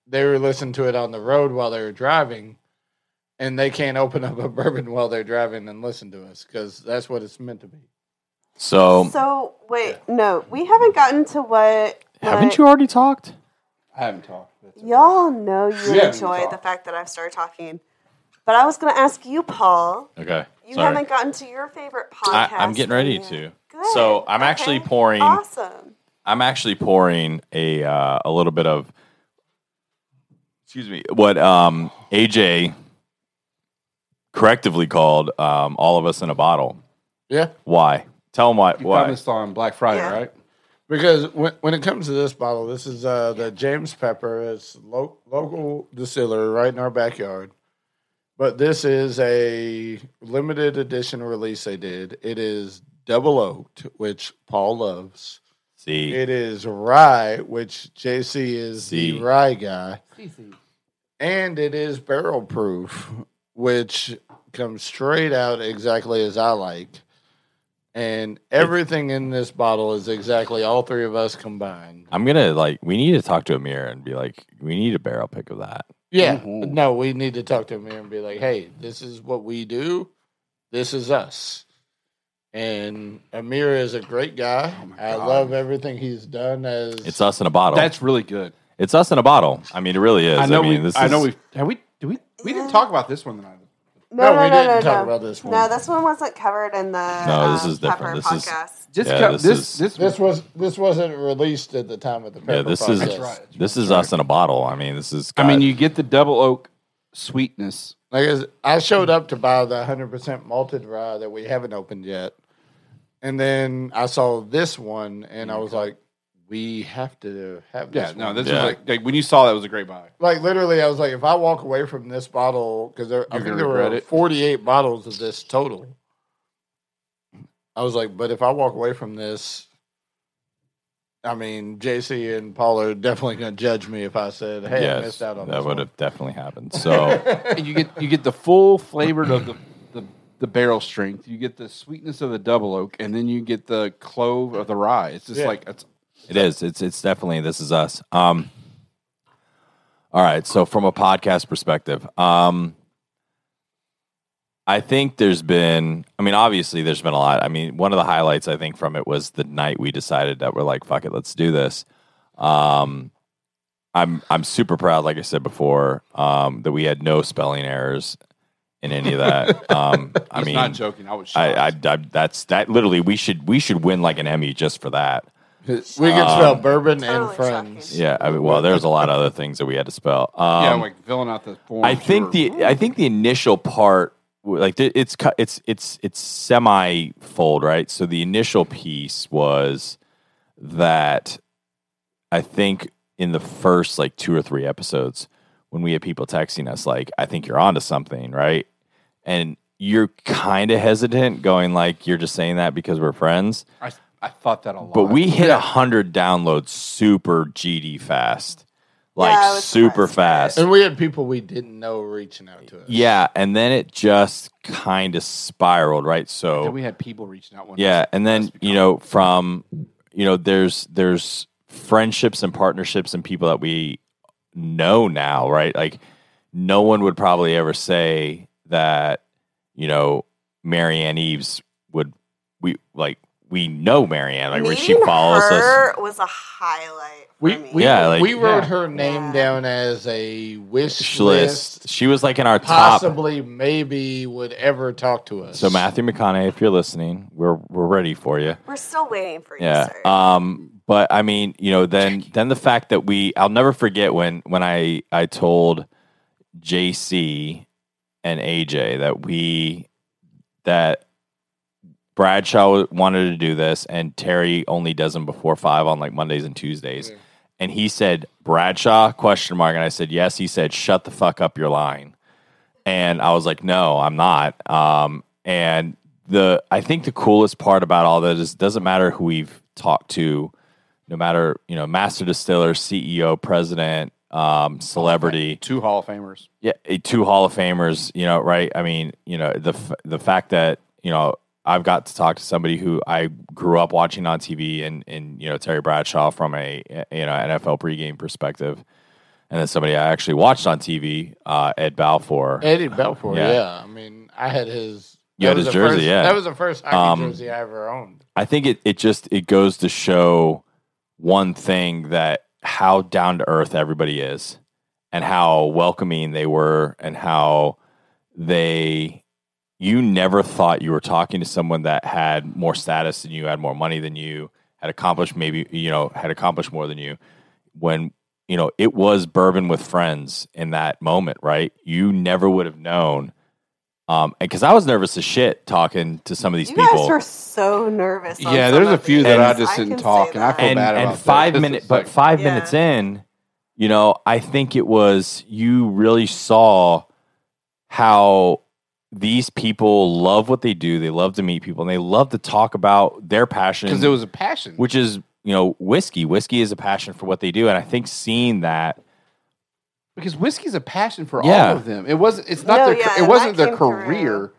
Speaker 5: They were listening to it on the road while they were driving, and they can't open up a bourbon while they're driving and listen to us because that's what it's meant to be.
Speaker 2: so
Speaker 4: So wait, no, we haven't gotten to what.
Speaker 2: haven't
Speaker 4: what-
Speaker 2: you already talked?
Speaker 3: I haven't talked. That's okay.
Speaker 4: Y'all know you
Speaker 5: Yeah.
Speaker 4: enjoy the fact that I've started talking, but I was going to ask you, Paul.
Speaker 2: Okay.
Speaker 4: You
Speaker 2: sorry.
Speaker 4: haven't gotten to your favorite
Speaker 2: I,
Speaker 4: podcast.
Speaker 2: I'm getting ready
Speaker 4: yet.
Speaker 2: to.
Speaker 4: Good.
Speaker 2: So I'm
Speaker 4: Okay.
Speaker 2: actually pouring.
Speaker 4: Awesome.
Speaker 2: I'm actually pouring a uh, a little bit of. Excuse me. What um, AJ correctively called um, all of us in a bottle.
Speaker 5: Yeah,
Speaker 2: Why? Tell him why.
Speaker 3: You
Speaker 2: why?
Speaker 3: found this on Black Friday,
Speaker 4: Yeah.
Speaker 3: right?
Speaker 5: because when, when it comes to this bottle, this is uh, the James Pepper. It's lo- local distiller right in our backyard. But this is a limited edition release they did. It is double oaked, which Paul loves.
Speaker 2: See,
Speaker 5: It is rye, which JC is
Speaker 2: See.
Speaker 5: the rye guy. And it is barrel proof, which comes straight out exactly as I like. And everything in this bottle is exactly all three of us combined.
Speaker 2: I'm gonna like. We need to talk to Amir and be like, we need a barrel pick of that.
Speaker 5: Yeah.
Speaker 3: Mhm.
Speaker 5: Mm-hmm. No, we need to talk to him here and be like, hey, this is what we do. This is us. And Amir is a great guy.
Speaker 3: my
Speaker 5: I
Speaker 3: God.
Speaker 5: love everything he's done as
Speaker 2: It's us in a bottle.
Speaker 3: That's really good.
Speaker 2: it's us in a bottle. I mean, it really is. Oh. I,
Speaker 3: I know.
Speaker 2: mean,
Speaker 3: we,
Speaker 2: this
Speaker 3: I
Speaker 2: is,
Speaker 3: know. We have we. Do we? We didn't talk about this one tonight.
Speaker 5: No, we didn't talk about this one.
Speaker 4: No, this one wasn't covered in the
Speaker 2: No, this
Speaker 4: um,
Speaker 2: is different.
Speaker 4: Pepper
Speaker 2: This is-
Speaker 4: podcast.
Speaker 3: Just
Speaker 2: Yeah,
Speaker 3: come-
Speaker 2: this
Speaker 3: this,
Speaker 2: is-
Speaker 3: this,
Speaker 5: This was this wasn't released at the time of the
Speaker 2: Yeah,
Speaker 5: paper
Speaker 2: this is
Speaker 5: process.
Speaker 3: That's right.
Speaker 2: this is us in a bottle. I mean, this is.
Speaker 3: I mean, you get the double oak sweetness.
Speaker 5: Like I s- I showed up to buy the hundred percent malted rye that we haven't opened yet, and then I saw this one, and I was like, "We have to have this."
Speaker 3: Yeah, no,
Speaker 5: one.
Speaker 3: this
Speaker 2: Yeah.
Speaker 3: is like, like when you saw that it was a great buy.
Speaker 5: like literally, I was like, if I walk away from this bottle, because I
Speaker 3: You're
Speaker 5: think
Speaker 3: gonna
Speaker 5: there were
Speaker 3: regret it.
Speaker 5: forty-eight bottles of this total. I was like, but if I walk away from this, I mean, JC and Paul are definitely going to judge me if I said, "Hey, I
Speaker 2: yes,
Speaker 5: missed out on
Speaker 2: that
Speaker 5: this
Speaker 2: would
Speaker 5: one."
Speaker 2: have definitely happened. So.
Speaker 3: And you get you get the full flavor of the, the the barrel strength. You get the sweetness of the double oak, and then you get the clove of the rye. It's just
Speaker 5: Yeah.
Speaker 3: like it's
Speaker 2: It is. It's it's definitely this is us. Um All right, so from a podcast perspective, um I think there's been I mean obviously there's been a lot. I mean, one of the highlights I think from it was the night we decided that we're like fuck it, let's do this. Um I'm I'm super proud like I said before um that we had no spelling errors in any of that. um I
Speaker 3: I
Speaker 2: mean
Speaker 3: not joking. I was
Speaker 2: I,
Speaker 3: shocked.
Speaker 2: I, I that's that literally we should we should win like an Emmy just for that.
Speaker 5: We can
Speaker 3: Um,
Speaker 5: spell bourbon
Speaker 4: Totally
Speaker 5: and friends.
Speaker 4: shocking.
Speaker 2: Yeah, I mean, well, there's a lot of other things that we had to spell. Um,
Speaker 3: yeah, oh, like filling out the form.
Speaker 2: I think the I think the initial part, like th- it's cu- it's it's it's semi fold, right? So the initial piece was that I think in the first like two or three episodes when we had people texting us like, I think you're onto something, right? And you're kind of hesitant, going like, you're just saying that because we're friends.
Speaker 3: I, I thought that a lot.
Speaker 2: But we hit a hundred downloads super GD fast, like
Speaker 4: Yeah, I was
Speaker 2: super
Speaker 4: surprised
Speaker 2: fast.
Speaker 4: by
Speaker 5: And we had people we didn't know reaching out to us.
Speaker 2: Yeah, and then it just kind of spiraled, right? So
Speaker 3: Then we had people reaching out. One
Speaker 2: yeah and then
Speaker 3: That's
Speaker 2: you know from you know there's there's friendships and partnerships and people that we know now right like no one would probably ever say that you know marianne eves would we like we know marianne like where she
Speaker 4: Meeting
Speaker 2: follows us
Speaker 4: her was a highlight. For
Speaker 5: We
Speaker 4: me.
Speaker 5: we,
Speaker 2: Yeah, like-
Speaker 5: we wrote
Speaker 3: Yeah.
Speaker 5: her name
Speaker 4: Yeah.
Speaker 5: down as a wish
Speaker 2: Wish
Speaker 5: list.
Speaker 2: list she was like in our top
Speaker 5: Possibly, maybe would ever talk to us.
Speaker 2: so matthew mcconaughey if you're listening we're we're ready for you
Speaker 4: We're still waiting for you,
Speaker 2: Yeah.
Speaker 4: sir.
Speaker 2: Um, but I mean, you know, then then the fact that we I'll never forget when when I I told JC and AJ that we that Bradshaw wanted to do this and Terry only does them before 5 on like Mondays and Tuesdays.
Speaker 5: Yeah.
Speaker 2: And he said, "Bradshaw?" question mark and I said, "Yes." He said, "Shut the fuck up, you're lying." And I was like, "No, I'm not." Um and the I think the coolest part about all that is it doesn't matter who we've talked to, no matter you know master distiller, CEO, president, um, celebrity,
Speaker 3: two Hall of Famers.
Speaker 2: yeah, eh, two Hall of Famers, you know, right? I mean, you know, the f- the fact that you know I've got to talk to somebody who I grew up watching on TV, and and you know Terry Bradshaw from a eh, you know NFL pregame perspective, and then somebody I actually watched on TV, uh, Ed Balfour.
Speaker 5: Eddie Belfort.
Speaker 2: Yeah.
Speaker 5: Yeah. I mean, I had his.
Speaker 2: You
Speaker 5: that
Speaker 2: had
Speaker 5: was
Speaker 2: his
Speaker 5: the
Speaker 2: jersey,
Speaker 5: first-
Speaker 2: yeah.
Speaker 5: That was the first hockey
Speaker 2: Um,
Speaker 5: jersey I ever owned.
Speaker 2: I think it, it just it goes to show one thing that how down to earth everybody is and how welcoming they were and how they you never thought you were talking to someone that had more status than you had more money than you had accomplished maybe you know had accomplished more than you when you know it was bourbon with friends in that moment right you never would have known um because i was nervous as shit talking to some of these
Speaker 4: you
Speaker 2: people
Speaker 4: guys were so nervous. on
Speaker 3: Yeah,
Speaker 4: some
Speaker 3: there's a
Speaker 4: of
Speaker 3: few
Speaker 4: these.
Speaker 3: that
Speaker 2: I
Speaker 3: just didn't
Speaker 4: can say
Speaker 3: talk, and I
Speaker 4: that.
Speaker 3: feel
Speaker 2: and
Speaker 3: bad
Speaker 2: and
Speaker 3: about that.
Speaker 2: five
Speaker 3: This
Speaker 2: minutes,
Speaker 3: is
Speaker 2: but
Speaker 3: like-
Speaker 2: five
Speaker 4: Yeah.
Speaker 2: minutes in, you know, I think it was you really saw how these people love what they do. They love to meet people, and they love to talk about their passion
Speaker 3: because it was a passion.
Speaker 2: which is you know whiskey. Whiskey is a passion for what they do, and I think seeing that,
Speaker 3: because whiskey's a passion for
Speaker 2: Yeah.
Speaker 3: all of them. It was. It's not
Speaker 4: No,
Speaker 3: their.
Speaker 4: yeah,
Speaker 3: it
Speaker 4: and
Speaker 3: wasn't
Speaker 4: that
Speaker 3: their
Speaker 4: came through.
Speaker 3: career.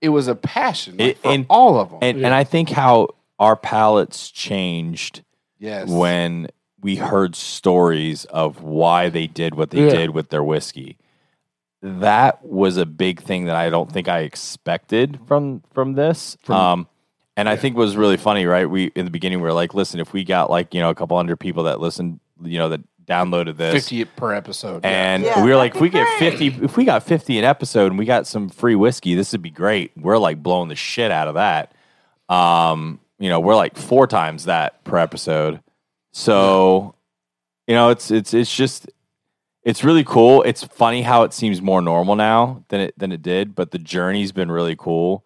Speaker 3: It was a passion like,
Speaker 2: It-
Speaker 3: for
Speaker 2: and-
Speaker 3: all of them.
Speaker 2: and
Speaker 5: Yeah.
Speaker 2: and I think how our palates changed
Speaker 3: yes.
Speaker 2: when we heard stories of why they did what they
Speaker 5: Yeah.
Speaker 2: did with their whiskey. That was a big thing that I don't think I expected from from this. um, and I think was really funny, right? We in the beginning we were like, listen, if we got like you know a couple hundred people that listened, you know that downloaded this,
Speaker 3: fifty per episode. yeah.
Speaker 2: and
Speaker 4: Yeah,
Speaker 2: we were like, if
Speaker 4: that'd be
Speaker 2: we get
Speaker 4: great.
Speaker 2: 50, if we got 50 an episode and we got some free whiskey, this would be great. We're like blowing the shit out of that. Um, you know, we're like four times that per episode. So, you know, it's, it's, it's just, it's really cool. It's funny how it seems more normal now than it, than it did, but the journey's been really cool.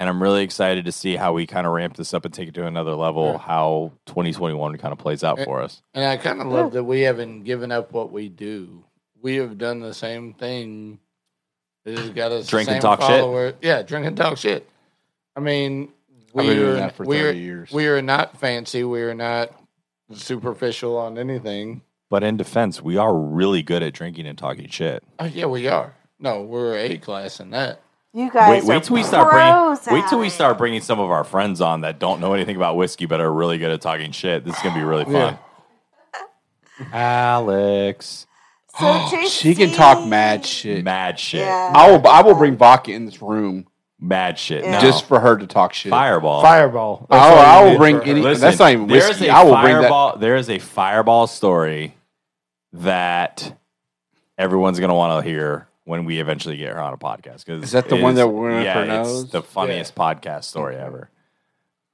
Speaker 2: And I'm really excited to see how we kind of ramp this up and take it to another level,
Speaker 5: Yeah.
Speaker 2: how 2021 kind of plays out
Speaker 5: Eh,
Speaker 2: for us.
Speaker 5: And I kind of love that we haven't given up what we do. We have done the same thing. It has got us the
Speaker 2: Drink and
Speaker 5: same
Speaker 2: talk shit?
Speaker 5: shit. Yeah, drink and talk shit. I mean,
Speaker 3: I've been
Speaker 5: we
Speaker 3: doing
Speaker 5: are
Speaker 3: that for
Speaker 5: we
Speaker 3: 30
Speaker 5: are
Speaker 3: years.
Speaker 5: we are not fancy. We are not superficial on anything.
Speaker 2: But in defense, we are really good at drinking and talking shit.
Speaker 5: Oh yeah, we are. No, we're A class in that.
Speaker 4: You guys
Speaker 2: wait, wait
Speaker 4: are
Speaker 2: till we start
Speaker 4: pros
Speaker 2: bringing. Wait till we
Speaker 4: at it.
Speaker 2: start bringing some of our friends on that don't know anything about whiskey but are really good at talking shit. This is gonna be really fun. Alex,
Speaker 4: So JC,
Speaker 3: she can talk mad shit.
Speaker 2: mad shit,
Speaker 4: Yeah.
Speaker 3: I will. I will bring vodka in this room
Speaker 2: mad shit.
Speaker 4: Yeah.
Speaker 2: No.
Speaker 3: just for her to talk shit.
Speaker 2: fireball.
Speaker 5: Fireball.
Speaker 3: I will, I will bring
Speaker 5: for her.
Speaker 3: any.
Speaker 2: Listen,
Speaker 3: that's not even
Speaker 2: there is
Speaker 3: whiskey.
Speaker 2: a
Speaker 3: I will bring that.
Speaker 2: fireball, There is a fireball story that everyone's gonna want to hear when we eventually get her on a podcast. Because
Speaker 3: Is that the one that we're in for
Speaker 2: yeah, it's
Speaker 3: nose?
Speaker 2: the funniest podcast story ever.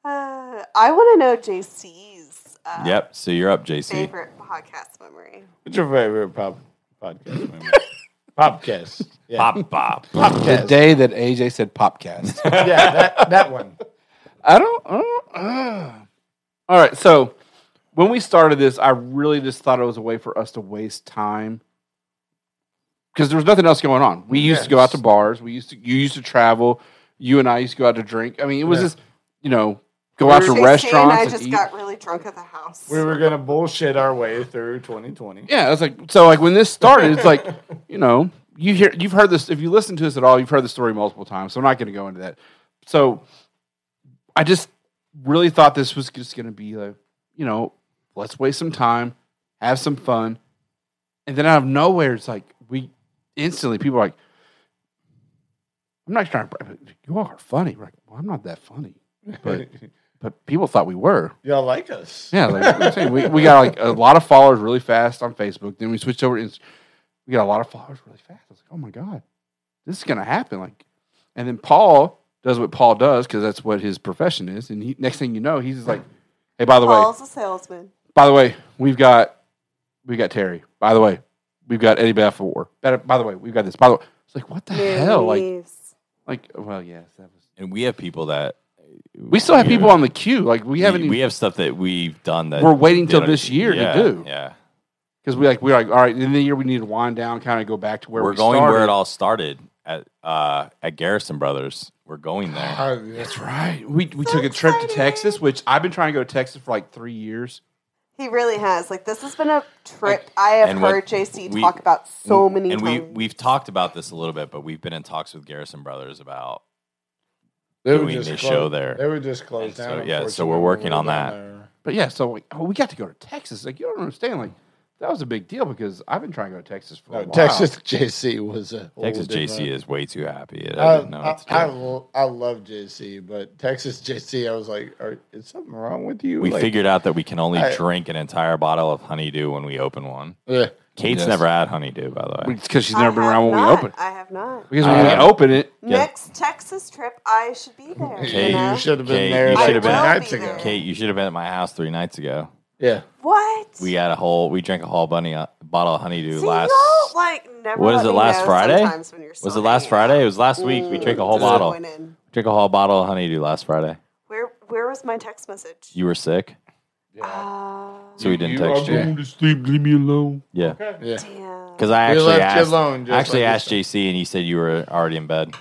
Speaker 4: Uh, I want to know JC's uh,
Speaker 2: Yep. So you're up, JC.
Speaker 4: favorite podcast memory.
Speaker 5: What's your favorite pop podcast? Mimi? Popcast. Yeah.
Speaker 2: Pop, pop.
Speaker 3: The
Speaker 5: Popcast.
Speaker 3: day that AJ said popcast.
Speaker 5: yeah, that, that one.
Speaker 3: I don't. I don't- uh. All right. So when we started this, I really just thought it was a way for us to waste time because there was nothing else going on. We used to go out to
Speaker 5: Yes.
Speaker 3: bars. We used to you used to travel. You and I used to go out to drink. I mean, it was
Speaker 5: Yeah.
Speaker 3: just you know go out to
Speaker 4: Casey
Speaker 3: restaurants.
Speaker 4: And I
Speaker 3: and
Speaker 4: just
Speaker 3: eat.
Speaker 4: got really drunk at the house.
Speaker 5: We were gonna bullshit our way through 2020.
Speaker 3: Yeah, it's like so. Like when this started, it's like you know you hear you've heard this. If you listen to us at all, you've heard the story multiple times. So I'm not going to go into that. So I just really thought this was just going to be like you know let's waste some time, have some fun, and then out of nowhere, it's like we instantly people are like, I'm not trying. to You all are funny. We're like, well, I'm not that funny, but but people thought we were.
Speaker 5: Y'all like us?
Speaker 3: Yeah, like, I'm saying, we, we got like a lot of followers really fast on Facebook. Then we switched over to Inst- we got a lot of followers really fast. I was like, oh my god, this is gonna happen. Like, and then Paul does what Paul does because that's what his profession is. And he, next thing you know, he's just like, hey, by the way,
Speaker 4: Paul's a salesman.
Speaker 3: by the way, we've got we got Terry. By the way, we've got Eddie Baffler. By, by the way, we've got this. By the way, it's like what the hell? Like,
Speaker 4: Movies.
Speaker 3: like well, yes, that was.
Speaker 2: And we have people that
Speaker 3: We still have people on the queue. Like we
Speaker 2: We,
Speaker 3: haven't.
Speaker 2: haven't
Speaker 3: even
Speaker 2: we have stuff that we've done that
Speaker 3: We're waiting till
Speaker 2: they don't-
Speaker 3: this year to
Speaker 2: yeah,
Speaker 3: do.
Speaker 2: Yeah,
Speaker 3: because we like we're like all right in the year we need to wind down kind of go back to where
Speaker 2: we're
Speaker 3: we
Speaker 2: going
Speaker 3: started.
Speaker 2: where it all started at uh, at Garrison Brothers. We're going there.
Speaker 5: Uh, that's
Speaker 3: that's right we, we took a trip to
Speaker 4: exciting.
Speaker 3: texas which i've been trying to go to texas for like three years
Speaker 4: He really has. Like this has been a trip I have
Speaker 2: And what
Speaker 4: heard JC
Speaker 2: we-
Speaker 4: talk about so
Speaker 2: And-
Speaker 4: many
Speaker 2: and
Speaker 4: times.
Speaker 2: we we've talked about this a little bit, but we've been in talks with Garrison Brothers about
Speaker 5: They were
Speaker 2: doing
Speaker 5: just
Speaker 2: this
Speaker 5: closed-
Speaker 2: show there.
Speaker 5: They were just closed
Speaker 2: And so,
Speaker 5: down.
Speaker 2: yeah, so we're
Speaker 5: unfortunately,
Speaker 2: working
Speaker 5: when
Speaker 2: on
Speaker 5: we were
Speaker 2: that.
Speaker 5: down there.
Speaker 3: but yeah so like oh we got to go to texas like you don't understand like that was a big deal because i've been trying to go to texas for a
Speaker 5: No,
Speaker 3: while.
Speaker 5: Texas JC was a
Speaker 2: Texas
Speaker 5: whole different-
Speaker 2: JC is way too happy. I,
Speaker 5: I,
Speaker 2: didn't know what to do.
Speaker 5: I, I lo- I love JC, but Texas JC, I was like, Are, is something wrong with you?
Speaker 2: we
Speaker 5: Like,
Speaker 2: figured out that we can only
Speaker 5: I-
Speaker 2: drink an entire bottle of honeydew when we open one.
Speaker 5: Yeah.
Speaker 2: Kate's
Speaker 3: Yes.
Speaker 2: never had honeydew, by the way.
Speaker 3: it's because she's
Speaker 4: I
Speaker 3: never been
Speaker 4: have
Speaker 3: around when
Speaker 4: not.
Speaker 3: we open it.
Speaker 4: I have not.
Speaker 3: because when we
Speaker 2: Uh,
Speaker 3: open it
Speaker 2: Yeah.
Speaker 4: Next Texas trip, I should be there.
Speaker 5: Hey,
Speaker 4: you
Speaker 5: you,
Speaker 4: know?
Speaker 5: should have been
Speaker 2: Kate, you
Speaker 5: there.
Speaker 2: should have been-
Speaker 5: two
Speaker 2: I will
Speaker 5: nights
Speaker 4: be
Speaker 5: ago.
Speaker 4: there.
Speaker 2: Kate, you should have been at my house three nights ago.
Speaker 5: Yeah.
Speaker 4: What?
Speaker 2: We had a whole. We drank a whole bunny uh, bottle of
Speaker 4: See,
Speaker 2: honeydew last.
Speaker 4: y'all, like never.
Speaker 2: What
Speaker 4: let
Speaker 2: is it,
Speaker 4: me
Speaker 2: last
Speaker 4: know
Speaker 2: Friday?
Speaker 4: sometimes when you're
Speaker 2: was
Speaker 4: still
Speaker 2: it last
Speaker 4: hanging
Speaker 2: Friday? It
Speaker 4: out.
Speaker 2: was last week.
Speaker 4: Mm.
Speaker 2: We drank a whole bottle.
Speaker 4: Disappointed.
Speaker 2: Drink a whole bottle of honeydew last Friday.
Speaker 4: Where Where was my text message?
Speaker 2: You were sick,
Speaker 4: Ah,
Speaker 2: so we didn't text
Speaker 3: I'm
Speaker 2: you.
Speaker 3: to sleep. Leave me alone.
Speaker 2: Yeah,
Speaker 5: Yeah.
Speaker 4: damn.
Speaker 2: because I
Speaker 5: We
Speaker 2: actually
Speaker 5: left you
Speaker 2: asked.
Speaker 5: alone. Just
Speaker 2: I actually
Speaker 5: like
Speaker 2: asked JC, and he said you were already in bed.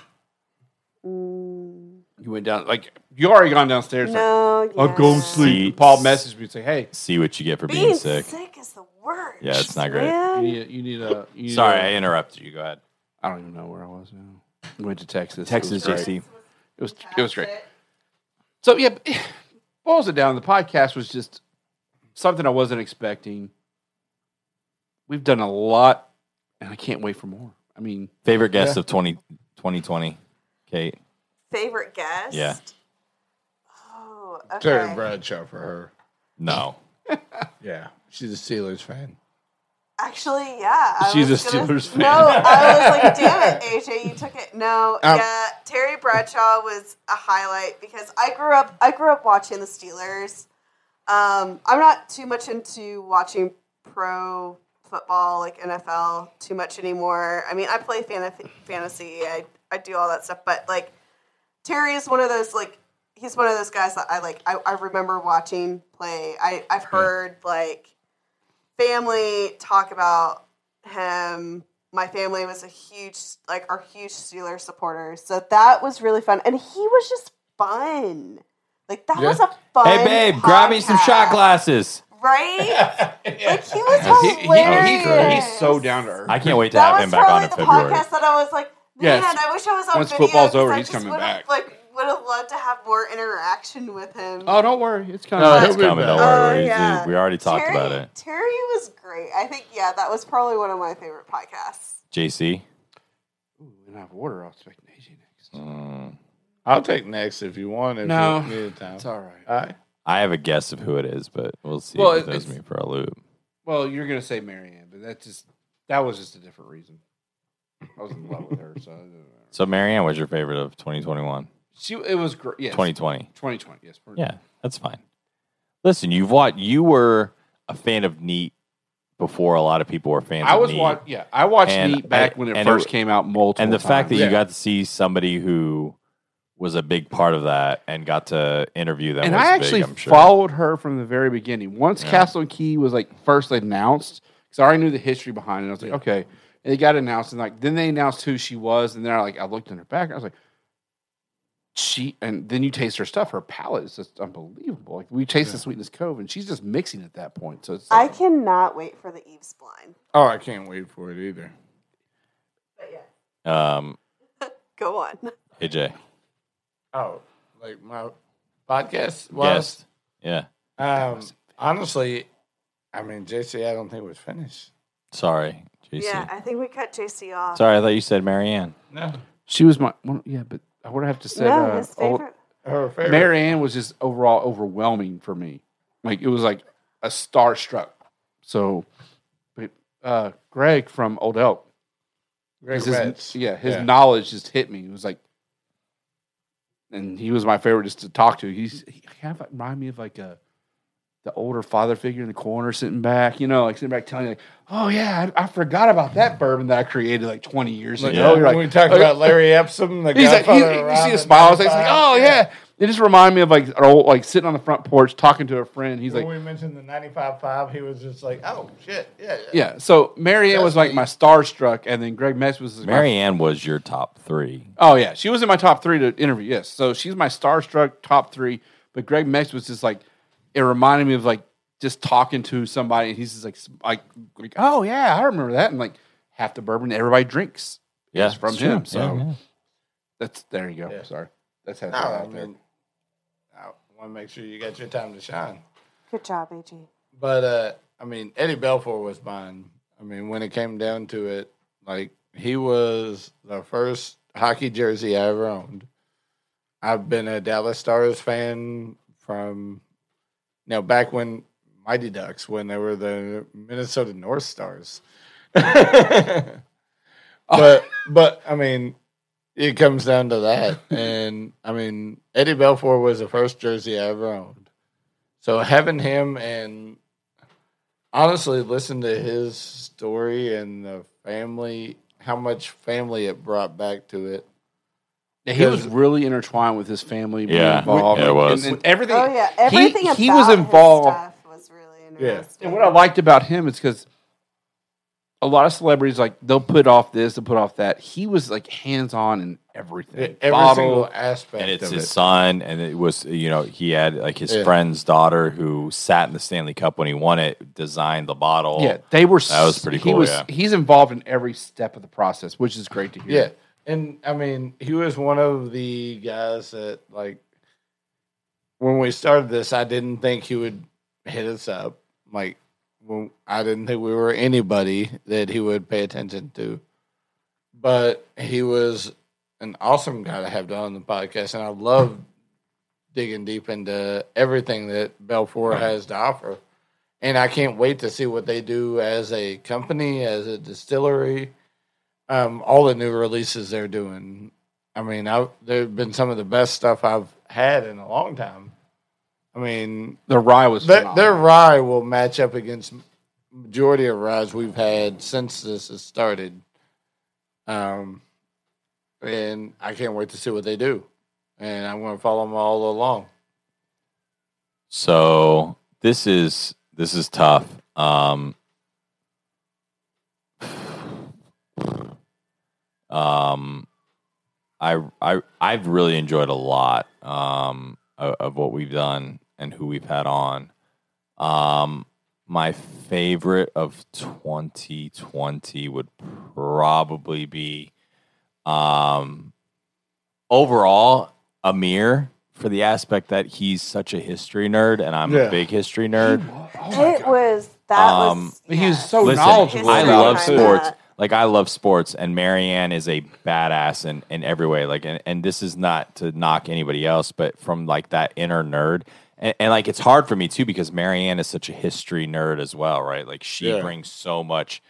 Speaker 4: Mm,
Speaker 3: You went down like you already gone downstairs. like,
Speaker 4: no.
Speaker 3: I'm going to
Speaker 4: yes.
Speaker 3: sleep. Paul messaged me and say, "Hey,
Speaker 2: See what you get for being,
Speaker 4: Being
Speaker 2: sick.
Speaker 4: is the worst.
Speaker 2: Yeah, it's not great.
Speaker 3: you
Speaker 4: man.
Speaker 3: need, you need a." You need
Speaker 2: Sorry,
Speaker 3: a-
Speaker 2: I interrupted you. Go ahead.
Speaker 3: I don't even know where I was now. We went to Texas.
Speaker 2: Texas,
Speaker 3: It was great.
Speaker 2: JC.
Speaker 3: It was it was great. So yeah, boils it down. The podcast was just something I wasn't expecting. We've done a lot, and I can't wait for more. I mean,
Speaker 2: Favorite guest of 20, 2020, Kate.
Speaker 4: Favorite guest?
Speaker 2: Yeah.
Speaker 4: Oh, okay.
Speaker 5: Terry Bradshaw for her.
Speaker 2: No,
Speaker 5: Yeah. She's a Steelers fan.
Speaker 4: Actually, yeah. I
Speaker 3: She's
Speaker 4: was
Speaker 3: a
Speaker 4: gonna-
Speaker 3: Steelers fan.
Speaker 4: No, I was like, damn it, AJ, you took it. No,
Speaker 5: Um,
Speaker 4: yeah, Terry Bradshaw was a highlight because I grew up. I grew up watching the Steelers. Um, I'm not too much into watching pro football like NFL too much anymore. I mean, I play fan- fantasy. I I do all that stuff, but like Terry is one of those like he's one of those guys that I like. I, I remember watching play. I I've heard like family talk about him. My family was a huge, like, our huge Steelers supporters. So that was really fun. And he was just fun. Like, that
Speaker 5: Yeah.
Speaker 4: was a fun.
Speaker 2: hey babe, grab me some shot
Speaker 4: podcast,
Speaker 2: glasses.
Speaker 4: Right? Like, he was
Speaker 2: He-
Speaker 3: he- he-
Speaker 4: hilarious.
Speaker 3: he's, he's so down to earth.
Speaker 2: I can't wait to
Speaker 4: That
Speaker 2: have
Speaker 4: was
Speaker 2: him back on
Speaker 4: probably
Speaker 2: in
Speaker 4: the
Speaker 2: February.
Speaker 4: podcast that I was like, man,
Speaker 3: Yes.
Speaker 4: I wish I was on
Speaker 3: Once
Speaker 4: video.
Speaker 3: football's
Speaker 4: 'cause
Speaker 3: over,
Speaker 4: I
Speaker 3: he's
Speaker 4: just
Speaker 3: coming
Speaker 4: would've,
Speaker 3: back.
Speaker 4: Like, would have loved to have more interaction with him.
Speaker 3: Oh, don't worry, it's coming.
Speaker 5: No,
Speaker 2: It's
Speaker 5: he'll be
Speaker 2: coming. Don't
Speaker 5: back.
Speaker 4: Oh,
Speaker 2: worry. We-
Speaker 4: yeah.
Speaker 2: We already talked
Speaker 4: Terry,
Speaker 2: about it.
Speaker 4: Terry was great. I think, yeah, that was probably one of my favorite podcasts.
Speaker 2: JC.
Speaker 3: Ooh, and I have water. I was expecting AJ next.
Speaker 2: Mm.
Speaker 5: I'll take next if you want. If
Speaker 3: No.
Speaker 5: You need time.
Speaker 3: It's all right.
Speaker 5: All right.
Speaker 2: I have a guess of who it is, but we'll see
Speaker 3: Well,
Speaker 2: if
Speaker 3: it-
Speaker 2: it throws
Speaker 3: it's-
Speaker 2: me for a loop.
Speaker 3: Well, you're gonna say Marianne, but that's just that was just a different reason. I was in love with her, so
Speaker 2: So Marianne was your favorite of 2021,
Speaker 3: she it was great. Yes,
Speaker 2: 2020.
Speaker 3: 2020, Yes,
Speaker 2: Yeah, that's fine. Listen, you've watched. You were a fan of Neat before a lot of people were fans.
Speaker 3: I
Speaker 2: of
Speaker 3: was
Speaker 2: Neat.
Speaker 3: watch, yeah, I watched
Speaker 2: And-
Speaker 3: Neat back when it
Speaker 2: and it
Speaker 3: first
Speaker 2: was-
Speaker 3: came out multiple
Speaker 2: and the fact that
Speaker 3: times.
Speaker 2: you
Speaker 5: Yeah.
Speaker 2: got to see somebody who was a big part of that and got to interview them.
Speaker 3: and
Speaker 2: was
Speaker 3: I
Speaker 2: big,
Speaker 3: actually
Speaker 2: I'm sure.
Speaker 3: followed her from the very beginning. Once
Speaker 2: Yeah.
Speaker 3: Castle and Key was like first announced, because I already knew the history behind it. I was like, okay. And it got announced, and like then they announced who she was, and then I like I looked in her back, I was like, she. And then you taste her stuff. Her palate is just unbelievable. Like we taste the sweetness cove, and she's just mixing at that point. So it's
Speaker 4: I
Speaker 3: like,
Speaker 4: cannot wait for the Eve's blind.
Speaker 5: Oh, I can't wait for it either.
Speaker 4: But yeah,
Speaker 2: Um,
Speaker 4: go on.
Speaker 2: AJ,
Speaker 5: Oh, like my podcast was.
Speaker 2: guest. Yeah.
Speaker 5: Um, honestly, I mean, JC, I don't think it was finished.
Speaker 2: Sorry, JC.
Speaker 4: Yeah, I think we cut JC off.
Speaker 2: Sorry, I thought you said Marianne.
Speaker 5: No,
Speaker 3: she was my one, yeah, but I would have to say
Speaker 4: no,
Speaker 3: uh,
Speaker 4: his
Speaker 3: old-
Speaker 4: favorite.
Speaker 5: her favorite.
Speaker 3: Marianne was just overall overwhelming for me. Like it was like a starstruck. So, but uh, Greg from Old Elk,
Speaker 5: Great
Speaker 3: his-
Speaker 5: Reds.
Speaker 3: yeah, his
Speaker 5: Yeah.
Speaker 3: knowledge just hit me. It was like, and he was my favorite just to talk to. He's he kind of like remind me of like a the older father figure in the corner sitting back, you know, like sitting back telling you, like, oh yeah, I, I forgot about that bourbon that I created like twenty years
Speaker 5: Like,
Speaker 3: ago.
Speaker 2: Yeah.
Speaker 5: when
Speaker 3: You're like,
Speaker 5: we talked
Speaker 3: oh,
Speaker 5: about Larry Epsom, the
Speaker 3: He's like, you,
Speaker 5: Godfather of
Speaker 3: you see
Speaker 5: Robin,
Speaker 3: the smile on his face, like, oh yeah.
Speaker 5: yeah.
Speaker 3: It just reminded me of like, an old, like sitting on the front porch talking to a friend. He's
Speaker 5: When
Speaker 3: like,
Speaker 5: we mentioned the 95.5, he was just like, oh, shit. Yeah.
Speaker 3: yeah. So Marianne was like my starstruck, and then Greg Metz was my-
Speaker 2: Marianne was your top three.
Speaker 3: oh yeah, she was in my top three to interview. Yes, so she's my starstruck top three. But Greg Metz was just like, it reminded me of like just talking to somebody, and he's just like, s- like, like oh yeah, I remember that, and like half the bourbon everybody drinks.
Speaker 2: Yeah,
Speaker 3: It's from
Speaker 2: it's true.
Speaker 3: him, so-
Speaker 2: Yeah, yeah.
Speaker 3: That's there you go.
Speaker 5: Yeah.
Speaker 3: Sorry, that's
Speaker 5: No,
Speaker 3: how
Speaker 5: I
Speaker 3: there.
Speaker 5: mean, I want to make sure you got your time to shine.
Speaker 4: Good job, AG.
Speaker 5: But uh, I mean, Eddie Belfour was mine. I mean, when it came down to it, like he was the first hockey jersey I ever owned. I've been a Dallas Stars fan from you know back when Mighty Ducks when they were the Minnesota North Stars. but but I mean, it comes down to that, and I mean, Eddie Belfour was the first jersey I ever owned. So having him and honestly listen to his story and the family, how much family it brought back to it.
Speaker 3: Yeah, he was really intertwined with his family. being
Speaker 2: Yeah,
Speaker 3: involved.
Speaker 2: yeah, it
Speaker 3: And-
Speaker 2: was.
Speaker 3: And, everything.
Speaker 4: Oh yeah, everything
Speaker 3: he,
Speaker 4: about
Speaker 3: he was
Speaker 4: his
Speaker 3: involved.
Speaker 4: stuff was really interesting.
Speaker 3: And what I liked about him is because a lot of celebrities like they'll put off this, they'll put off that. He was like hands on in everything.
Speaker 5: Every
Speaker 3: Bottle.
Speaker 5: single aspect
Speaker 2: and it's
Speaker 5: of
Speaker 2: his
Speaker 5: it.
Speaker 2: son, and it was you know he had like his
Speaker 5: Yeah.
Speaker 2: friend's daughter who sat in the Stanley Cup when he won it, designed the bottle.
Speaker 3: yeah, they were.
Speaker 2: That was pretty
Speaker 3: He
Speaker 2: cool,
Speaker 3: was.
Speaker 2: yeah.
Speaker 3: He's involved in every step of the process, which is great to hear.
Speaker 5: Yeah. And I mean, he was one of the guys that, like, when we started this, I didn't think he would hit us up. Like, when, I didn't think we were anybody that he would pay attention to. But he was an awesome guy to have on the podcast. And I love digging deep into everything that Belfour has to offer. And I can't wait to see what they do as a company, as a distillery um, all the new releases they're doing. I mean, I, they've been some of the best stuff I've had in a long time. I mean,
Speaker 3: the rye was.
Speaker 5: their, their
Speaker 3: phenomenal.
Speaker 5: rye will match up against majority of ryes we've had since this has started. Um, and I can't wait to see what they do. And I'm going to follow them all along.
Speaker 2: So this is this is tough. Um, um, I I I've really enjoyed a lot um of, of what we've done and who we've had on. Um, my favorite of 2020 would probably be um overall Amir for the aspect that he's such a history nerd and I'm
Speaker 5: Yeah.
Speaker 2: a big history nerd.
Speaker 4: it was that
Speaker 2: Um,
Speaker 4: was.
Speaker 3: oh he was
Speaker 4: yes.
Speaker 3: so
Speaker 2: Listen,
Speaker 3: knowledgeable.
Speaker 2: I
Speaker 4: History
Speaker 2: love
Speaker 4: behind
Speaker 2: sports.
Speaker 4: that.
Speaker 2: Like I love sports, and Marianne is a badass in, in every way. Like, and, and this is not to knock anybody else, but from like that inner nerd, and, and like it's hard for me too because Marianne is such a history nerd as well, right? Like she
Speaker 5: Yeah.
Speaker 2: brings so much
Speaker 4: She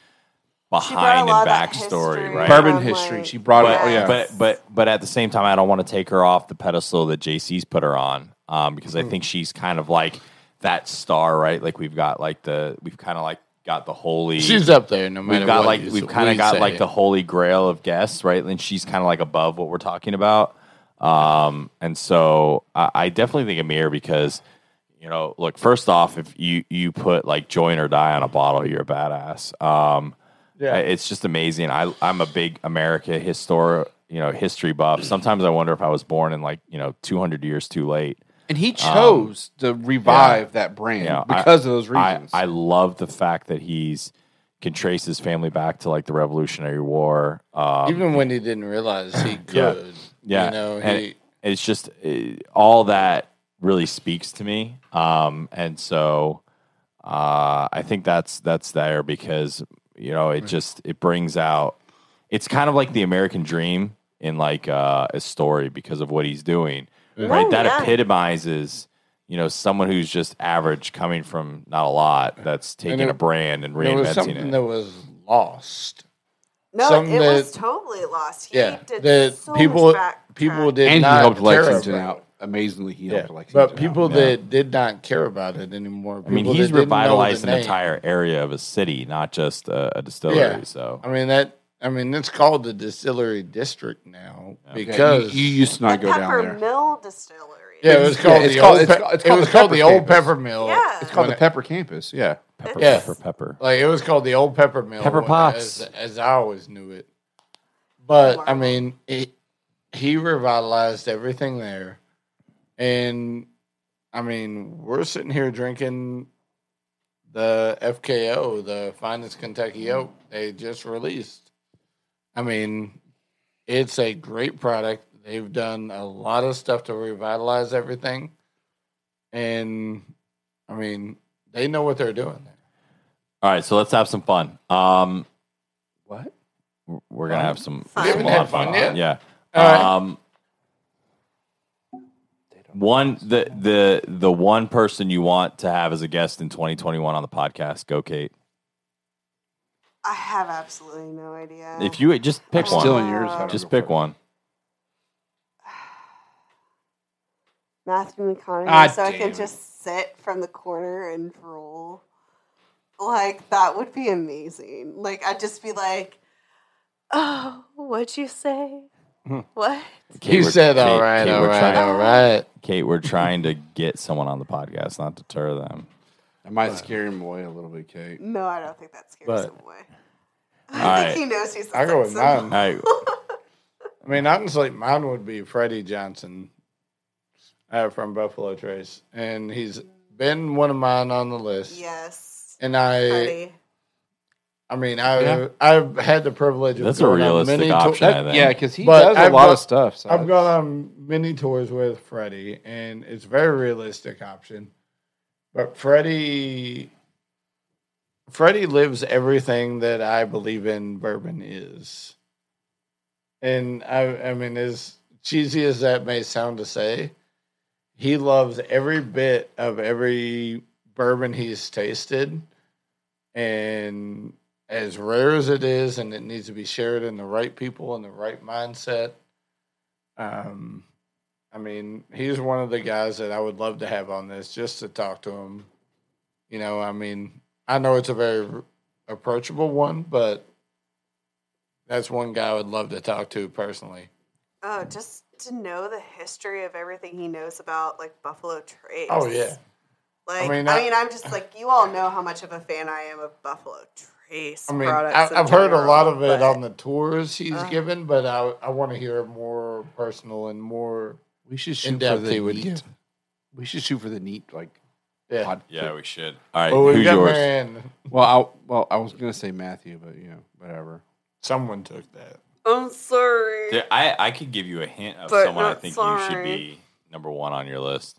Speaker 4: brought
Speaker 2: behind
Speaker 4: a
Speaker 2: and
Speaker 4: lot of that
Speaker 2: backstory,
Speaker 4: history
Speaker 2: right?
Speaker 3: Bourbon
Speaker 4: from,
Speaker 3: history.
Speaker 4: like-
Speaker 3: She brought
Speaker 2: but,
Speaker 3: it. Oh, yeah.
Speaker 2: but but but at the same time, I don't want to take her off the pedestal that JC's put her on, um, because
Speaker 3: Hmm.
Speaker 2: I think she's kind of like that star, right? Like we've got like the we've kind of like got the holy.
Speaker 5: She's up there no matter
Speaker 2: We've got
Speaker 5: what
Speaker 2: like
Speaker 5: you-
Speaker 2: we've kind
Speaker 5: we
Speaker 2: of got
Speaker 5: say.
Speaker 2: like the holy grail of guests, right? And she's kind of like above what we're talking about. Um, and so I, I definitely think a mirror because, you know, look, first off, if you you put like join or die on a bottle, you're a badass. Um,
Speaker 5: Yeah.
Speaker 2: I- it's just amazing. I I'm a big America histor you know history buff. Sometimes I wonder if I was born in like you know 200 years too late.
Speaker 3: And he chose to revive that brand
Speaker 2: um, Yeah, I-
Speaker 3: because of those
Speaker 2: I,
Speaker 3: reasons.
Speaker 2: I love the fact that he's can trace his family back to like the Revolutionary War. Um,
Speaker 5: Even when he didn't realize he could.
Speaker 2: Yeah. yeah,
Speaker 5: You know,
Speaker 2: and
Speaker 5: he,
Speaker 2: it's just eh, all that really speaks to me. Um, and so uh, I think that's that's there because you know it just it brings out. It's kind of like the American dream in like uh, a story because of what he's doing, right?
Speaker 4: Oh,
Speaker 2: that
Speaker 4: yeah.
Speaker 2: epitomizes. You know, someone who's just average coming from not a lot that's taking
Speaker 5: it-
Speaker 2: a brand and
Speaker 5: there was
Speaker 2: reinventing
Speaker 5: something
Speaker 2: it.
Speaker 5: that was lost.
Speaker 4: No,
Speaker 5: Some
Speaker 4: it was
Speaker 5: that-
Speaker 4: totally lost. He
Speaker 5: Yeah.
Speaker 4: did
Speaker 5: That
Speaker 4: so
Speaker 5: people
Speaker 4: much back
Speaker 5: people
Speaker 4: track.
Speaker 5: did
Speaker 3: and he
Speaker 5: not
Speaker 3: helped
Speaker 5: care
Speaker 3: Lexington
Speaker 5: about it.
Speaker 3: out. Amazingly, he
Speaker 5: Yeah.
Speaker 3: helped Lexington
Speaker 5: But people
Speaker 3: out.
Speaker 5: that did not care about it anymore.
Speaker 2: I mean,
Speaker 5: people
Speaker 2: he's
Speaker 5: that didn't know the
Speaker 2: revitalized an
Speaker 5: name.
Speaker 2: entire area of a city, not just a, a distillery.
Speaker 5: Yeah.
Speaker 2: So
Speaker 5: I mean that. I mean, it's called the distillery district now
Speaker 3: Yeah,
Speaker 5: because
Speaker 3: you, you used to
Speaker 4: The
Speaker 3: not go down
Speaker 4: Pepper
Speaker 3: there.
Speaker 4: Mill Distillery.
Speaker 5: yeah, it was called
Speaker 3: Yeah, it's
Speaker 5: the
Speaker 3: called-
Speaker 5: old.
Speaker 3: it's
Speaker 5: pe-
Speaker 3: called- it's
Speaker 5: it
Speaker 3: called
Speaker 5: was
Speaker 3: the
Speaker 5: called
Speaker 3: Pepper
Speaker 5: the old
Speaker 3: Campus.
Speaker 5: pepper mill.
Speaker 4: Yeah.
Speaker 3: It's called the Pepper Campus. Yeah,
Speaker 2: pepper,
Speaker 5: Yeah.
Speaker 2: pepper, pepper.
Speaker 5: Like it was called the old pepper mill.
Speaker 2: Pepper
Speaker 5: when-
Speaker 2: Potts.
Speaker 5: as, as I always knew it. But I
Speaker 4: Wow.
Speaker 5: mean, it, he revitalized everything there, and I mean, we're sitting here drinking the FKO, the finest Kentucky oak they just released. I mean, it's a great product. They've done a lot of stuff to revitalize everything, and I mean, they know what they're doing. There.
Speaker 2: All right, so let's have some fun. Um,
Speaker 3: What?
Speaker 2: we're- we're gonna have some,
Speaker 4: Fun.
Speaker 2: some
Speaker 4: We
Speaker 2: a
Speaker 4: haven't
Speaker 2: lot
Speaker 5: had
Speaker 2: of fun.
Speaker 5: fun yet?
Speaker 2: Yeah.
Speaker 5: All right.
Speaker 2: Um, one the the the one person you want to have as a guest in 2021 on the podcast, go Kate.
Speaker 4: I have absolutely no idea.
Speaker 2: If you would just pick
Speaker 4: I'm
Speaker 2: one,
Speaker 4: still
Speaker 3: Still in yours. I don't
Speaker 2: just
Speaker 3: know.
Speaker 2: pick one.
Speaker 4: Matthew McConaughey,
Speaker 3: Ah,
Speaker 4: so I
Speaker 3: damn
Speaker 4: could
Speaker 3: it.
Speaker 4: just sit from the corner and drool. Like that would be amazing. Like I'd just be like, "Oh, what'd you say?
Speaker 3: Hmm.
Speaker 4: what?
Speaker 2: Kate,
Speaker 5: he
Speaker 2: we're-
Speaker 5: said,
Speaker 2: Kate-
Speaker 5: "All right,
Speaker 2: Kate,
Speaker 5: all
Speaker 2: we're
Speaker 5: right,
Speaker 2: trying-
Speaker 5: all right."
Speaker 2: Kate, we're trying to get someone on the podcast, not deter them.
Speaker 3: I might scare him away a little bit, Kate.
Speaker 4: No, I don't think that scares
Speaker 5: But-
Speaker 4: him away.
Speaker 2: All
Speaker 4: I
Speaker 2: right.
Speaker 4: think he knows he's.
Speaker 5: I go with
Speaker 4: sexist.
Speaker 2: All
Speaker 5: mine.
Speaker 2: right,
Speaker 5: I mean, honestly, mine would be Freddie Johnson uh, from Buffalo Trace, and he's been one of mine on the list.
Speaker 4: Yes,
Speaker 5: And I,
Speaker 4: Freddie.
Speaker 5: I mean, I,
Speaker 3: Yeah.
Speaker 5: I've had the privilege of
Speaker 2: that's a
Speaker 5: going on
Speaker 2: realistic
Speaker 5: many
Speaker 2: option.
Speaker 5: tour-
Speaker 2: I think.
Speaker 3: yeah, because he
Speaker 5: But
Speaker 3: does a
Speaker 5: I've
Speaker 3: lot
Speaker 5: got-
Speaker 3: of stuff. So
Speaker 5: I've gone on many tours with Freddie, and it's a very realistic option. But Freddie, Freddie lives everything that I believe in bourbon is, and I, I mean, as cheesy as that may sound to say, he loves every bit of every bourbon he's tasted, and as rare as it is, and it needs to be shared in the right people and the right mindset. Um, I mean, he's one of the guys that I would love to have on this just to talk to him. You know, I mean, I know it's a very approachable one, but that's one guy I would love to talk to personally.
Speaker 4: Oh, just to know the history of everything he knows about like Buffalo Trace.
Speaker 5: Oh, yeah.
Speaker 4: Like I
Speaker 5: mean,
Speaker 4: mean,
Speaker 5: I-
Speaker 4: I, am just like you all know how much of a fan I am of Buffalo Trace.
Speaker 5: I mean, I,
Speaker 4: products in
Speaker 5: I've heard a
Speaker 4: general,
Speaker 5: lot of it
Speaker 4: but-
Speaker 5: on the tours he's
Speaker 4: Uh.
Speaker 5: given, but I, I want to hear more personal and more
Speaker 3: we should
Speaker 5: in
Speaker 3: shoot for
Speaker 5: depth
Speaker 3: the
Speaker 5: he would
Speaker 3: neat.
Speaker 5: give.
Speaker 3: We should shoot for the neat like
Speaker 5: Yeah.
Speaker 3: pod.
Speaker 2: Yeah, we should. All right,
Speaker 5: Well, we
Speaker 2: who's
Speaker 5: got
Speaker 2: yours?
Speaker 5: Marianne.
Speaker 3: Well, I well I was gonna say Matthew, but you know whatever.
Speaker 5: Someone took that.
Speaker 4: I'm sorry.
Speaker 2: There- I, I could give you a hint of
Speaker 4: But
Speaker 2: someone I
Speaker 4: not
Speaker 2: think you should
Speaker 4: sorry.
Speaker 2: be number one on your list.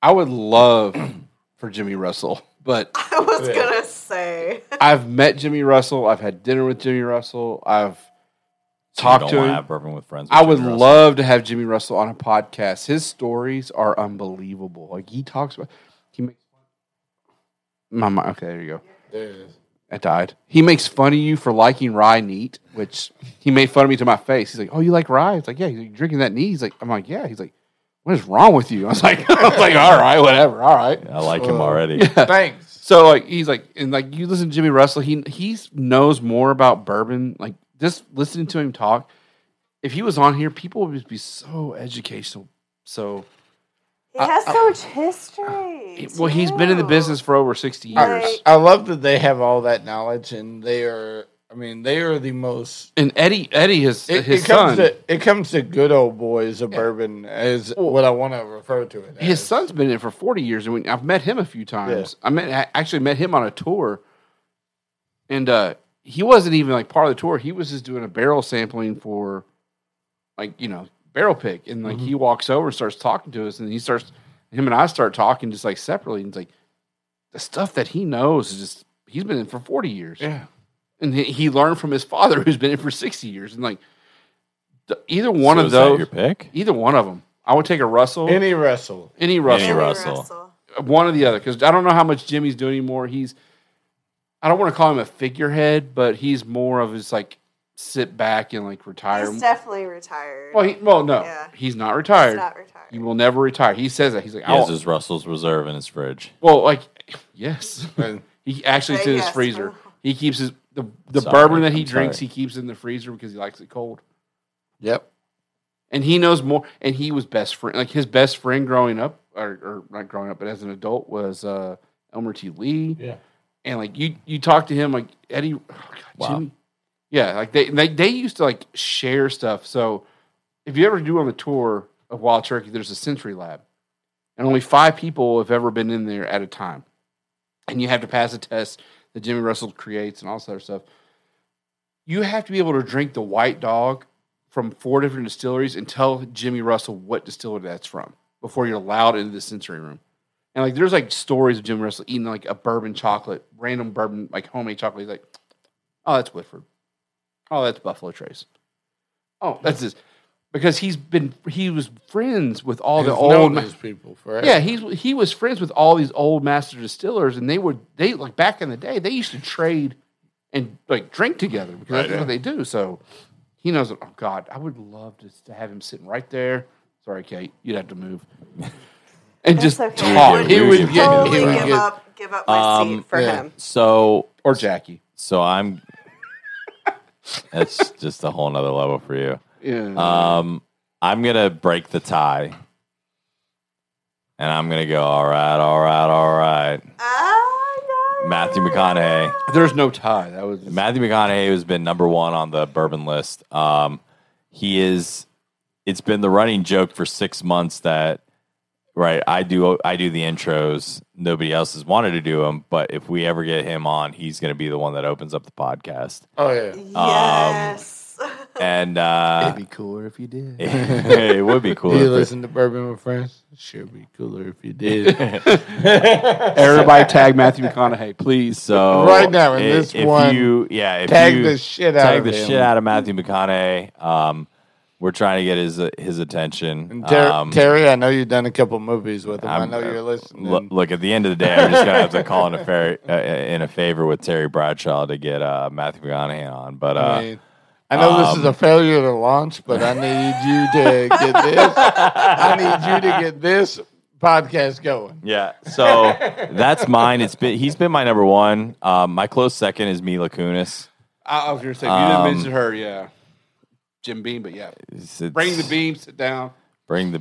Speaker 3: I would love for Jimmy Russell, but
Speaker 4: I was
Speaker 5: Yeah.
Speaker 4: gonna say
Speaker 3: I've met Jimmy Russell. I've had dinner with Jimmy Russell. I've talked
Speaker 2: you don't
Speaker 3: to
Speaker 2: wanna
Speaker 3: him.
Speaker 2: Have bourbon with friends. with
Speaker 3: I would
Speaker 2: Jimmy Russell.
Speaker 3: love to have Jimmy Russell on a podcast. His stories are unbelievable. Like he talks about, he makes. My, mi- okay, there you go.
Speaker 5: There it is.
Speaker 3: I died. He makes fun of you for liking rye neat, which he made fun of me to my face. He's like, "Oh, you like rye?" It's like, "Yeah." He's like, "You drinking that neat? He's like, "I'm like, yeah." He's like, "What is wrong with you?" I was like, "I was like, all right, whatever, all right."
Speaker 2: I like him
Speaker 5: Uh,
Speaker 2: already.
Speaker 5: Thanks.
Speaker 3: So like he's like, and like you listen to Jimmy Russell, he he knows more about bourbon like just listening to him talk, if he was on here, people would be so educational. So
Speaker 4: He
Speaker 5: I-
Speaker 4: has
Speaker 5: I-
Speaker 4: so much history.
Speaker 3: well, he's been in the
Speaker 4: too.
Speaker 3: business for over sixty
Speaker 4: Right.
Speaker 3: years.
Speaker 5: I love that they have all that knowledge and they are. I mean, they are the most.
Speaker 3: And Eddie, Eddie, his
Speaker 5: It,
Speaker 3: his
Speaker 5: it
Speaker 3: son,
Speaker 5: comes to it comes to good old boys of bourbon is what I want to refer to it.
Speaker 3: his
Speaker 5: as.
Speaker 3: son's been in it for forty years, and we, I've met him a few times. I met I actually met him on a tour, and uh, he wasn't even like part of the tour. He was just doing a barrel sampling for, like you know, barrel pick, and like
Speaker 2: Mm-hmm.
Speaker 3: he walks over and starts talking to us, and he starts him and I start talking just like separately, and it's like the stuff that he knows is just he's been in for forty years.
Speaker 5: Yeah.
Speaker 3: and he, he learned from his father who's been in for 60 years and like th- either one
Speaker 2: So
Speaker 3: of
Speaker 2: is that
Speaker 3: those
Speaker 2: your pick?
Speaker 3: either one of them i would take a russell any,
Speaker 5: Any wrestle.
Speaker 3: russell
Speaker 2: Any
Speaker 4: Henry
Speaker 2: Russell.
Speaker 3: one or the other because i don't know how much jimmy's doing anymore he's i don't want to call him a figurehead but he's more of his like sit back and like retire
Speaker 4: He's definitely retired.
Speaker 3: well, he, well no
Speaker 4: Yeah.
Speaker 3: he's not
Speaker 4: He's
Speaker 3: retired
Speaker 4: not retired.
Speaker 3: he will never retire he says that he's like
Speaker 2: He has
Speaker 3: oh
Speaker 2: his Russell's Reserve in his fridge.
Speaker 3: well like yes
Speaker 5: And
Speaker 3: He actually it's
Speaker 4: Say
Speaker 3: in his
Speaker 4: yes,
Speaker 3: freezer.
Speaker 4: bro.
Speaker 3: He keeps his the, the
Speaker 2: Sorry,
Speaker 3: bourbon that he
Speaker 2: I'm
Speaker 3: drinks.
Speaker 2: sorry.
Speaker 3: He keeps in the freezer because he likes it cold.
Speaker 5: Yep.
Speaker 3: And he knows more. And he was best friend, like his best friend growing up, or, or not growing up, but as an adult was uh, Elmer T. Lee.
Speaker 5: Yeah.
Speaker 3: And like you, you talk to him like Eddie. Oh God,
Speaker 2: Wow.
Speaker 3: Jimmy. Yeah, like they, they they used to like share stuff. So if you ever do on the tour of Wild Turkey, there's a sensory lab, and only five people have ever been in there at a time, and you have to pass a test that Jimmy Russell creates and all this other stuff. You have to be able to drink the White Dog from four different distilleries and tell Jimmy Russell what distillery that's from before you're allowed into the sensory room. And like, there's like stories of Jimmy Russell eating like a bourbon chocolate, random bourbon, like homemade chocolate. He's like, oh, that's Whitford. Oh, that's Buffalo Trace. Oh, that's this. Because he's been, he was friends with all the
Speaker 5: He's
Speaker 3: old,
Speaker 5: known these people forever.
Speaker 3: yeah, he's he was friends with all these old master distillers, and they would they like back in the day they used to trade and like drink together because that's what they do. So he knows. Oh God, I would love to, to have him sitting right there. Sorry, Kate, you'd have to move and
Speaker 4: That's
Speaker 3: just
Speaker 4: okay.
Speaker 3: talk.
Speaker 2: We
Speaker 5: He
Speaker 2: would
Speaker 5: would
Speaker 2: give
Speaker 5: get.
Speaker 2: him
Speaker 4: totally
Speaker 5: he would
Speaker 4: give
Speaker 5: get-
Speaker 4: up, give up my
Speaker 2: Um,
Speaker 4: seat for
Speaker 5: yeah.
Speaker 4: him.
Speaker 2: So
Speaker 3: or Jackie.
Speaker 2: so I'm. That's just a whole nother level for you.
Speaker 3: Yeah.
Speaker 2: Um, I'm gonna break the tie, and I'm gonna go. All right, all right, all right.
Speaker 4: Oh, no.
Speaker 2: Matthew McConaughey.
Speaker 3: There's no tie. That was
Speaker 2: Matthew McConaughey has been number one on the bourbon list. Um, he is. It's been the running joke for six months that right. I do. I do the intros. Nobody else has wanted to do them, but if we ever get him on, he's going to be the one that opens up the podcast.
Speaker 5: Oh yeah.
Speaker 2: Um,
Speaker 4: Yes.
Speaker 2: And uh,
Speaker 3: be cooler if you did.
Speaker 2: it would be cool.
Speaker 5: Do you
Speaker 2: if it-
Speaker 5: listen to Bourbon with Friends? Sure, be cooler if you did.
Speaker 3: Everybody tag Matthew McConaughey, please.
Speaker 2: So
Speaker 5: Right now, in
Speaker 2: i-
Speaker 5: this
Speaker 2: if
Speaker 5: one,
Speaker 2: you, yeah, if
Speaker 5: tag
Speaker 2: you
Speaker 5: the shit out
Speaker 2: tag
Speaker 5: of
Speaker 2: the
Speaker 5: him.
Speaker 2: shit out of Matthew McConaughey. Um, we're trying to get his his attention.
Speaker 5: And Ter-
Speaker 2: Um,
Speaker 5: Terry, I know you've done a couple movies with him. i
Speaker 2: I'm-
Speaker 5: know
Speaker 3: uh,
Speaker 5: you're
Speaker 2: Lo-
Speaker 5: listening.
Speaker 2: look, at the end of the day, I'm just gonna have to call in a fair, uh, in a favor with Terry Bradshaw to get uh, Matthew McConaughey on. But
Speaker 5: I,
Speaker 2: uh,
Speaker 5: mean, I know this
Speaker 3: um,
Speaker 5: is a failure to launch, but I need you to get this. I need you to get this podcast going.
Speaker 2: yeah, so that's mine. It's been he's been my number one. Um, my close second is Mila Kunis.
Speaker 3: I, I was gonna say if you didn't
Speaker 2: Um,
Speaker 3: mention her, yeah. Jim Beam, but yeah,
Speaker 2: It's- it's-
Speaker 3: bring the beam, sit down,
Speaker 2: Bring the.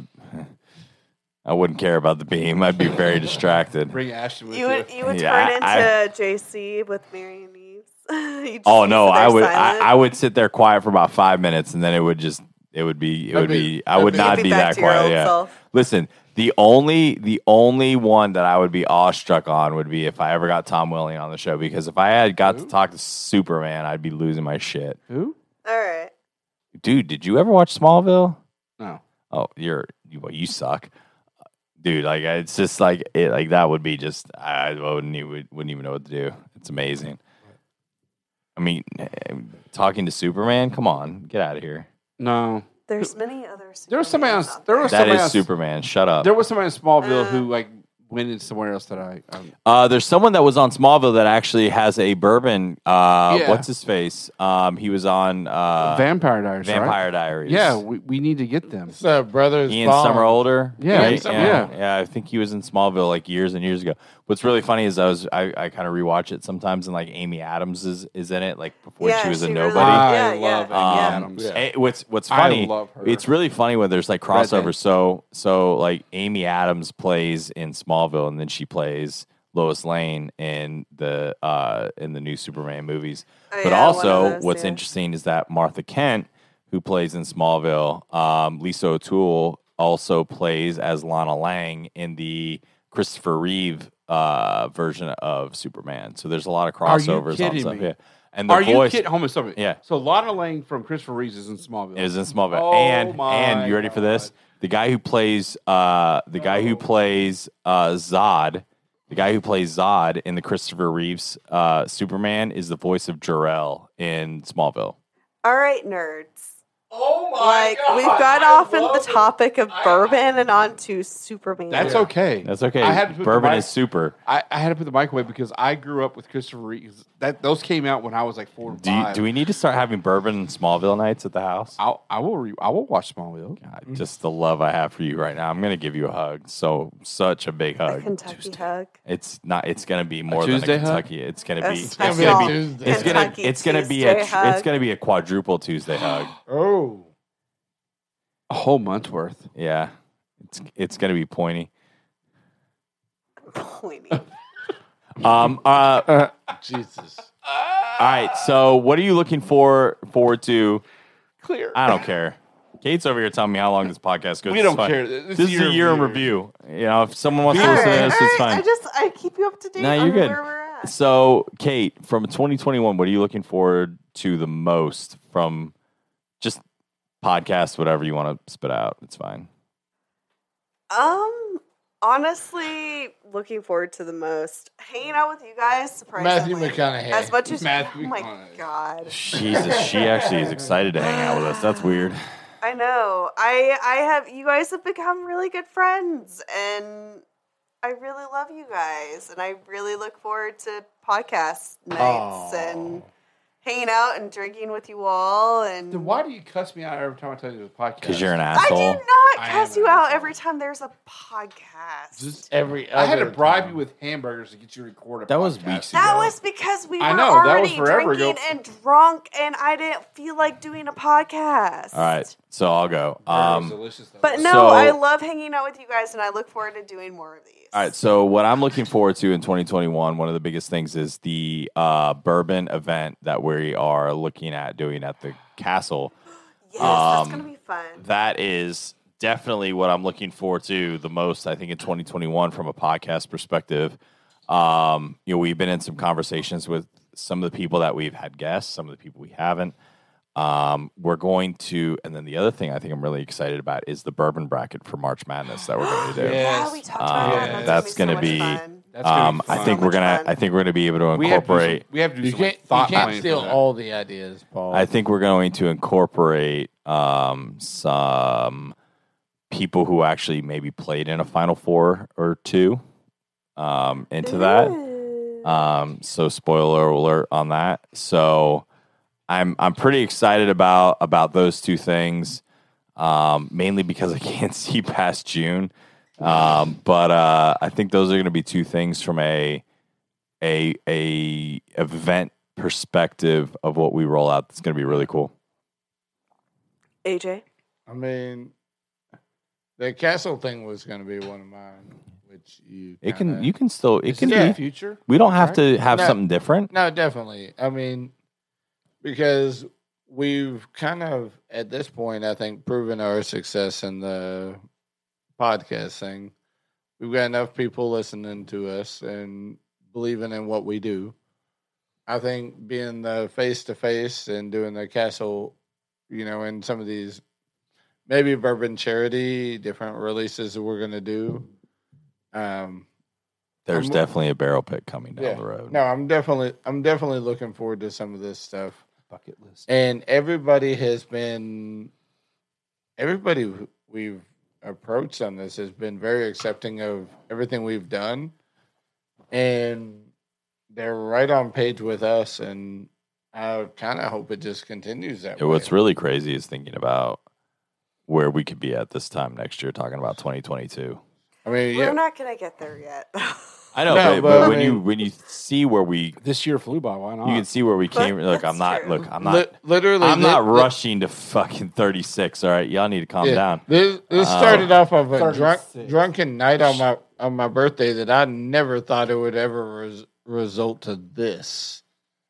Speaker 2: I wouldn't care about the beam. I'd be very distracted.
Speaker 3: bring Ashton with
Speaker 4: you would you would
Speaker 2: Yeah,
Speaker 4: turn
Speaker 2: I-
Speaker 4: into JC with Mary and Eves. You just
Speaker 2: Oh
Speaker 4: sit
Speaker 2: no,
Speaker 4: there
Speaker 2: I would I,
Speaker 4: silent.
Speaker 2: I would sit there quiet for about five minutes, and then it would just it would be it
Speaker 5: That'd
Speaker 2: would
Speaker 5: be-
Speaker 2: be, I would
Speaker 5: that'd
Speaker 2: not be
Speaker 4: You'd
Speaker 5: be-
Speaker 4: be back
Speaker 2: that
Speaker 4: to your
Speaker 2: quiet.
Speaker 4: old
Speaker 2: Yeah.
Speaker 4: self.
Speaker 2: Listen, the only the only one that I would be awestruck on would be if I ever got Tom Welling on the show because if I had got to talk to Superman, I'd be losing my shit.
Speaker 3: Who?
Speaker 4: All right.
Speaker 2: Dude, did you ever watch Smallville?
Speaker 3: No.
Speaker 2: Oh, you're you, well, you suck. Dude, like it's just like it like that would be just I wouldn't even wouldn't even know what to do. It's amazing. I mean, eh, talking to Superman, come on, get out of here.
Speaker 3: No.
Speaker 4: There's many others.
Speaker 3: There was somebody else- there was-
Speaker 2: That
Speaker 3: Somebody
Speaker 2: is
Speaker 3: else-
Speaker 2: Superman. Shut up.
Speaker 3: Uh. There was somebody in Smallville who like went in somewhere else that I. Um,
Speaker 2: Uh, there's someone that was on Smallville that actually has a bourbon. Uh,
Speaker 3: Yeah.
Speaker 2: What's his face? Um, he was on uh,
Speaker 3: Vampire Diaries. right?
Speaker 2: Vampire Diaries.
Speaker 3: Yeah, we, we need to get them.
Speaker 5: It's uh, brothers.
Speaker 2: Ian
Speaker 5: Bond.
Speaker 2: Summer older.
Speaker 3: Yeah,
Speaker 2: right?
Speaker 3: Ian Somerhalder.
Speaker 2: yeah, yeah. I think he was in Smallville like years and years ago. What's really funny is I was I, I kind of rewatch it sometimes and like Amy Adams is is in it like before
Speaker 4: yeah,
Speaker 2: she was a
Speaker 4: really-
Speaker 2: nobody.
Speaker 4: yeah,
Speaker 3: I
Speaker 4: yeah,
Speaker 3: love Amy
Speaker 4: yeah.
Speaker 2: Um,
Speaker 3: Adams.
Speaker 5: Yeah.
Speaker 2: eh, what's what's
Speaker 3: I
Speaker 2: funny?
Speaker 3: love her.
Speaker 2: It's really funny when there's like
Speaker 3: Redhead.
Speaker 2: crossovers. So so like Amy Adams plays in Smallville, and then she plays Lois Lane in the uh, in the new Superman movies.
Speaker 4: Oh,
Speaker 2: but
Speaker 4: yeah, one of
Speaker 2: also,
Speaker 4: those,
Speaker 2: what's
Speaker 4: yeah.
Speaker 2: interesting is that Martha Kent, who plays in Smallville, um, Lisa O'Toole also plays as Lana Lang in the Christopher Reeve uh, version of Superman. So there's a lot of
Speaker 3: Are you
Speaker 2: crossovers on
Speaker 3: kidding
Speaker 2: stuff.
Speaker 3: me?
Speaker 2: Yeah. And the
Speaker 3: Are you
Speaker 2: voice
Speaker 3: kidding? Hold on, stop it.
Speaker 2: Yeah.
Speaker 3: So Lana Lang from Christopher Reeves is in Smallville.
Speaker 2: is in Smallville.
Speaker 3: Oh
Speaker 2: and
Speaker 3: my
Speaker 2: and you ready for this? The guy who plays uh the guy
Speaker 3: Oh.
Speaker 2: who plays uh Zod, the guy who plays Zod in the Christopher Reeves uh Superman is the voice of Jarrell in Smallville.
Speaker 4: All right, nerds.
Speaker 6: Oh my
Speaker 4: Like
Speaker 6: god!
Speaker 4: we've got
Speaker 6: I
Speaker 4: off on
Speaker 6: love
Speaker 4: the
Speaker 6: it.
Speaker 4: topic of
Speaker 6: I-
Speaker 4: bourbon and on to Superman.
Speaker 3: That's okay.
Speaker 2: That's okay.
Speaker 3: I had to put
Speaker 2: Bourbon
Speaker 3: the mic-
Speaker 2: is super.
Speaker 3: I, I had to put the mic away because I grew up with Christopher Reeves. That those came out when I was like four or
Speaker 2: Do you,
Speaker 3: five.
Speaker 2: do we need to start having bourbon and Smallville nights at the house?
Speaker 3: I'll, I will. Re, I will watch Smallville.
Speaker 2: God, just the love I have for you right now. I'm gonna give you a hug. So such a big
Speaker 4: a
Speaker 2: hug.
Speaker 4: Kentucky hug.
Speaker 2: It's not. It's gonna be more than a
Speaker 3: Tuesday hug?
Speaker 2: Kentucky. It's gonna be.
Speaker 4: That's
Speaker 2: It's
Speaker 4: special.
Speaker 2: gonna be.
Speaker 5: Tuesday.
Speaker 2: It's gonna.
Speaker 4: Kentucky
Speaker 2: It's gonna be a.
Speaker 4: Tuesday
Speaker 2: tr- It's
Speaker 4: hug.
Speaker 2: gonna be a quadruple Tuesday hug.
Speaker 5: Oh,
Speaker 3: A whole month's worth.
Speaker 2: Yeah. It's it's gonna be pointy.
Speaker 4: Pointy.
Speaker 2: Um. Uh. All
Speaker 5: Jesus.
Speaker 2: right. So, what are you looking for forward to?
Speaker 3: Clear.
Speaker 2: I don't care. Kate's over here telling me how long this podcast goes.
Speaker 3: We
Speaker 2: It's
Speaker 3: don't
Speaker 2: fine.
Speaker 3: care. This
Speaker 2: This,
Speaker 3: is
Speaker 2: is
Speaker 3: year
Speaker 2: a year in
Speaker 3: review.
Speaker 2: review. You know, if someone wants to
Speaker 4: All
Speaker 2: listen
Speaker 4: right,
Speaker 2: to this,
Speaker 4: all
Speaker 2: it's
Speaker 4: right,
Speaker 2: fine.
Speaker 4: I just I keep you up to date
Speaker 2: No,
Speaker 4: on
Speaker 2: you're good.
Speaker 4: where we're at.
Speaker 2: So, Kate, from 2021, what are you looking forward to the most from just podcast, whatever you want to spit out? It's fine.
Speaker 4: Um, honestly, looking forward to the most hanging out with you guys. Surprisingly,
Speaker 5: Matthew McConaughey.
Speaker 4: As much as
Speaker 3: Matthew
Speaker 4: oh my
Speaker 3: McConaughey.
Speaker 4: god,
Speaker 2: Jesus, she actually is excited to hang out with us. That's weird.
Speaker 4: I know. I I have you guys have become really good friends, and I really love you guys, and I really look forward to podcast nights and hanging out and drinking with you all. And
Speaker 3: Then why do you cuss me out every time I tell you there's a podcast?
Speaker 2: Because you're an
Speaker 4: I do
Speaker 2: asshole.
Speaker 4: not
Speaker 3: I
Speaker 4: cuss
Speaker 3: am
Speaker 4: you
Speaker 3: an
Speaker 4: out
Speaker 3: asshole.
Speaker 4: every time there's a podcast.
Speaker 5: Just every.
Speaker 3: I had to
Speaker 5: other
Speaker 3: bribe
Speaker 5: time.
Speaker 3: you with hamburgers to get you to record a
Speaker 2: That
Speaker 3: podcast.
Speaker 2: was weeks ago.
Speaker 4: That was because we were
Speaker 3: I know, that was
Speaker 4: already
Speaker 3: forever
Speaker 4: drinking
Speaker 3: ago.
Speaker 4: and drunk, and I didn't feel like doing a podcast.
Speaker 2: All right, so I'll go.
Speaker 3: Burgers
Speaker 2: Um,
Speaker 3: delicious though.
Speaker 4: But no,
Speaker 2: So-
Speaker 4: I love hanging out with you guys, and I look forward to doing more of these.
Speaker 2: All right, so what I'm looking forward to in 2021, one of the biggest things is the uh, bourbon event that we are looking at doing at the castle.
Speaker 4: Yes,
Speaker 2: Um,
Speaker 4: that's going to be fun.
Speaker 2: That is definitely what I'm looking forward to the most, I think, in 2021 from a podcast perspective. Um, you know, we've been in some conversations with some of the people that we've had guests, some of the people we haven't. Um, we're going to, and then the other thing I think I'm really excited about is the bourbon bracket for March Madness that we're going to do.
Speaker 3: Yeah.
Speaker 4: yeah,
Speaker 3: yes.
Speaker 4: we talked
Speaker 3: Um,
Speaker 4: about that.
Speaker 2: that's
Speaker 4: That's going
Speaker 2: gonna
Speaker 4: to
Speaker 2: be-
Speaker 4: be so much fun.
Speaker 3: That's gonna
Speaker 2: Um,
Speaker 3: be
Speaker 2: I
Speaker 3: fun.
Speaker 2: think
Speaker 4: So
Speaker 2: we're
Speaker 4: much
Speaker 2: gonna.
Speaker 4: fun.
Speaker 2: I think we're gonna be able to
Speaker 3: we have to do
Speaker 2: incorporate.
Speaker 3: some- we have to do
Speaker 5: You
Speaker 3: some
Speaker 5: can't,
Speaker 3: like,
Speaker 5: you
Speaker 3: thought
Speaker 5: can't
Speaker 3: planning
Speaker 5: steal
Speaker 3: for that.
Speaker 5: all the ideas, Paul.
Speaker 2: I think we're going to incorporate um, some people who actually maybe played in a Final Four or two um, into that.
Speaker 4: Ooh.
Speaker 2: Um, so spoiler alert on that. So I'm I'm pretty excited about about those two things, um, mainly because I can't see past June. Um, but uh, I think those are going to be two things from a a a event perspective of what we roll out. That's going to be really cool.
Speaker 4: AJ?
Speaker 5: I mean, the castle thing was going to be one of mine, which you.
Speaker 2: It can
Speaker 5: kinda-
Speaker 2: you can still it
Speaker 3: Is
Speaker 2: can
Speaker 3: this the
Speaker 2: be.
Speaker 3: future.
Speaker 2: We don't have to have
Speaker 5: No.
Speaker 2: something different.
Speaker 5: No, definitely. I mean, because we've kind of at this point, I think, proven our success in the podcast thing. We've got enough people listening to us and believing in what we do. I think being the face to face and doing the castle, you know, and some of these maybe bourbon charity, different releases that we're going to do. Um,
Speaker 2: There's
Speaker 5: I'm-
Speaker 2: definitely a barrel pick coming down
Speaker 5: Yeah.
Speaker 2: the road.
Speaker 5: no, I'm definitely, I'm definitely looking forward to some of this stuff.
Speaker 3: Bucket list.
Speaker 5: and everybody has been everybody we've approach on this has been very accepting of everything we've done, and they're right on page with us. And I kind of hope it just continues that
Speaker 2: Yeah,
Speaker 5: way.
Speaker 2: What's really crazy is thinking about where we could be at this time next year, talking about 2022.
Speaker 5: I mean, yeah,
Speaker 4: We're not gonna get there yet.
Speaker 2: I know, but,
Speaker 5: No, but
Speaker 2: but
Speaker 5: I
Speaker 2: when you
Speaker 5: mean-
Speaker 2: when you see where we,
Speaker 3: This year flew by. Why not?
Speaker 2: you can see where we
Speaker 4: But
Speaker 2: came. Look, I'm
Speaker 4: that's
Speaker 2: not.
Speaker 4: true.
Speaker 2: Look, I'm
Speaker 5: Li-
Speaker 2: not.
Speaker 5: literally,
Speaker 2: I'm
Speaker 5: thi-
Speaker 2: not
Speaker 5: thi-
Speaker 2: rushing to fucking 36. All right, y'all need to calm
Speaker 5: yeah,
Speaker 2: down.
Speaker 5: This, this
Speaker 2: Oh.
Speaker 5: started off of a drunk,
Speaker 3: 36.
Speaker 5: drunken night on my on my birthday that I never thought it would ever res- result to this.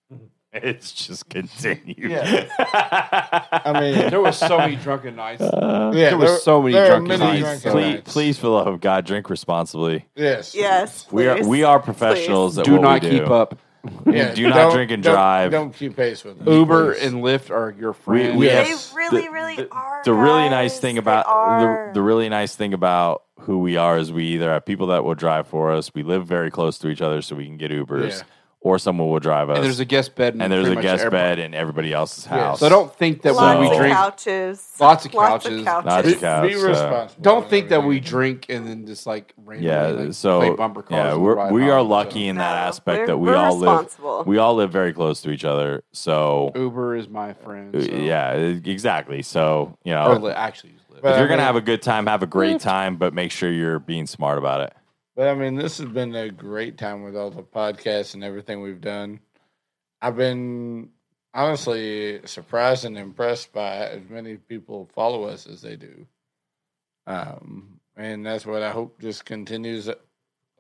Speaker 2: It's just continued.
Speaker 5: Yeah. I mean,
Speaker 3: there was so many drunken nights.
Speaker 5: yeah,
Speaker 3: there was so many
Speaker 5: there are
Speaker 3: drunken
Speaker 5: many
Speaker 2: please,
Speaker 3: nights.
Speaker 5: drunken
Speaker 2: please,
Speaker 5: nights.
Speaker 2: please, for the love of God, drink responsibly.
Speaker 5: yes,
Speaker 4: yes.
Speaker 2: We are
Speaker 4: please.
Speaker 2: we are professionals. At
Speaker 3: Do
Speaker 2: what
Speaker 3: not
Speaker 2: we do.
Speaker 3: keep up.
Speaker 5: Yeah,
Speaker 2: Do not drink and
Speaker 5: don't-
Speaker 2: drive.
Speaker 5: Don't keep pace with them.
Speaker 3: Uber
Speaker 5: please.
Speaker 3: and Lyft are your friends.
Speaker 2: we
Speaker 4: They
Speaker 2: have-
Speaker 4: really,
Speaker 2: the-
Speaker 4: really
Speaker 2: the-
Speaker 4: are.
Speaker 2: the really nice
Speaker 4: guys.
Speaker 2: thing
Speaker 4: They
Speaker 2: about
Speaker 4: are.
Speaker 2: the, the really nice thing about who we are is we either have people that will drive for us. We live very close to each other, so we can get Ubers,
Speaker 5: Yeah.
Speaker 2: or someone will drive us.
Speaker 3: and there's a guest bed. in
Speaker 2: and there's
Speaker 3: pretty
Speaker 2: a
Speaker 3: much
Speaker 2: guest
Speaker 3: every-
Speaker 2: bed in everybody else's house.
Speaker 3: So don't think that when
Speaker 4: lots
Speaker 3: we
Speaker 2: So-
Speaker 4: of
Speaker 3: drink,
Speaker 4: couches.
Speaker 3: Lots of couches.
Speaker 4: Lots
Speaker 2: Lots
Speaker 5: be,
Speaker 2: of couch,
Speaker 5: be
Speaker 2: so-
Speaker 5: responsible.
Speaker 3: don't
Speaker 5: and
Speaker 3: think that we
Speaker 5: everything.
Speaker 3: drink and then just like randomly
Speaker 2: Yeah,
Speaker 3: like, play
Speaker 2: so
Speaker 3: bumper cars.
Speaker 2: yeah,
Speaker 3: and
Speaker 2: we're,
Speaker 3: ride
Speaker 2: we are
Speaker 3: home. So
Speaker 2: lucky in that
Speaker 4: No,
Speaker 2: aspect
Speaker 4: we're-
Speaker 2: that we
Speaker 4: we're
Speaker 2: all live
Speaker 4: responsible.
Speaker 2: we all live very close to each other. So
Speaker 3: Uber is my friend. so-
Speaker 2: Uh, yeah, e, exactly. So you
Speaker 3: or
Speaker 2: know,
Speaker 3: li- uh, actually use Lyft.
Speaker 5: But-
Speaker 2: if
Speaker 5: I
Speaker 2: you're gonna
Speaker 5: mean-
Speaker 2: have a good time, have a great time, but make sure you're being smart about it.
Speaker 5: But I mean, this has been a great time with all the podcasts and everything we've done. I've been honestly surprised and impressed by as many people follow us as they do. Um, and that's what I hope just continues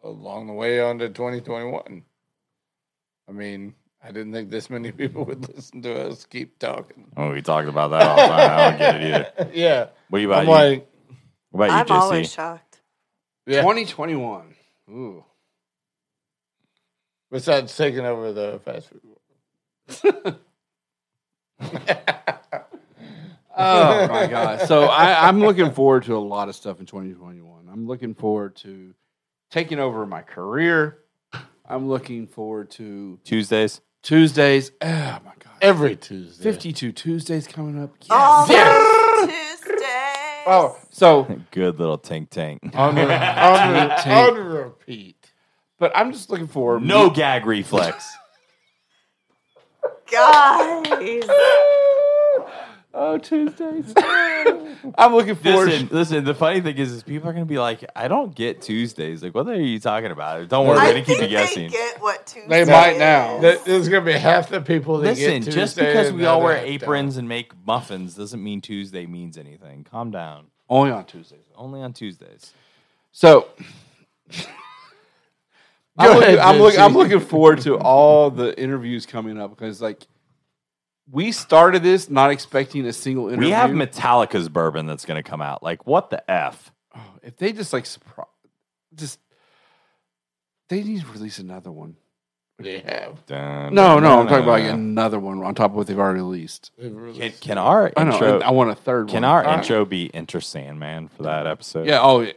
Speaker 5: along the way on to 2021. I mean, I didn't think this many people would listen to us keep talking.
Speaker 2: Well, we talked about that all the time. I don't get it either.
Speaker 5: yeah.
Speaker 2: What about
Speaker 5: I'm
Speaker 2: you?
Speaker 5: like,
Speaker 2: what about you,
Speaker 4: I'm
Speaker 2: Jesse?
Speaker 4: always shocked.
Speaker 5: yeah.
Speaker 3: 2021. Ooh.
Speaker 5: Besides taking over the fast food.
Speaker 3: Oh my god! So I, I'm looking forward to a lot of stuff in 2021. I'm looking forward to taking over my career. I'm looking forward to
Speaker 2: Tuesdays.
Speaker 3: Tuesdays. Oh my god!
Speaker 5: Every Tuesday.
Speaker 3: 52 Tuesdays coming up. Yes.
Speaker 4: All those
Speaker 3: Oh,
Speaker 5: Oh,
Speaker 4: Tuesdays.
Speaker 3: so
Speaker 2: Good little tank tank.
Speaker 5: on, re- on, re- on repeat.
Speaker 3: but I'm just looking for
Speaker 2: No gag reflex.
Speaker 4: Guys.
Speaker 3: Oh, Tuesdays. I'm looking forward.
Speaker 2: listen, listen. The funny thing is, is people are gonna be like, I don't get Tuesdays. Like, what are you talking about? Don't worry,
Speaker 4: I
Speaker 2: we're gonna keep you
Speaker 4: think
Speaker 2: guessing.
Speaker 4: They get what Tuesday
Speaker 5: They might
Speaker 3: now.
Speaker 4: is.
Speaker 5: Th- There's gonna be half the people that
Speaker 2: Listen,
Speaker 5: get
Speaker 2: just
Speaker 5: Tuesday
Speaker 2: because
Speaker 5: and
Speaker 2: we all
Speaker 5: the
Speaker 2: wear
Speaker 5: other half
Speaker 2: aprons and make muffins doesn't mean Tuesday means anything. Calm down.
Speaker 3: Only on Tuesdays.
Speaker 2: Only on Tuesdays.
Speaker 3: So
Speaker 5: Go
Speaker 3: I'm,
Speaker 5: ahead,
Speaker 3: looking, I'm, look-
Speaker 5: Jesse.
Speaker 3: I'm looking forward to all the interviews coming up because like we started this not expecting a single interview.
Speaker 2: We have Metallica's bourbon that's gonna come out. Like, what the f?
Speaker 3: Oh, if they just like surpri- just they need to release another one.
Speaker 5: don't. They have.
Speaker 2: Dun, dun,
Speaker 3: No, no, I'm
Speaker 2: dun,
Speaker 3: talking about
Speaker 2: dun.
Speaker 3: like, another one on top of what they've already released.
Speaker 5: They've released-
Speaker 2: Can, can our
Speaker 3: I know.
Speaker 2: intro?
Speaker 3: I want a third
Speaker 2: can
Speaker 3: one. Uh,
Speaker 2: our
Speaker 5: All right.
Speaker 2: intro be Enter Sandman for that episode?
Speaker 3: yeah. Oh, yeah.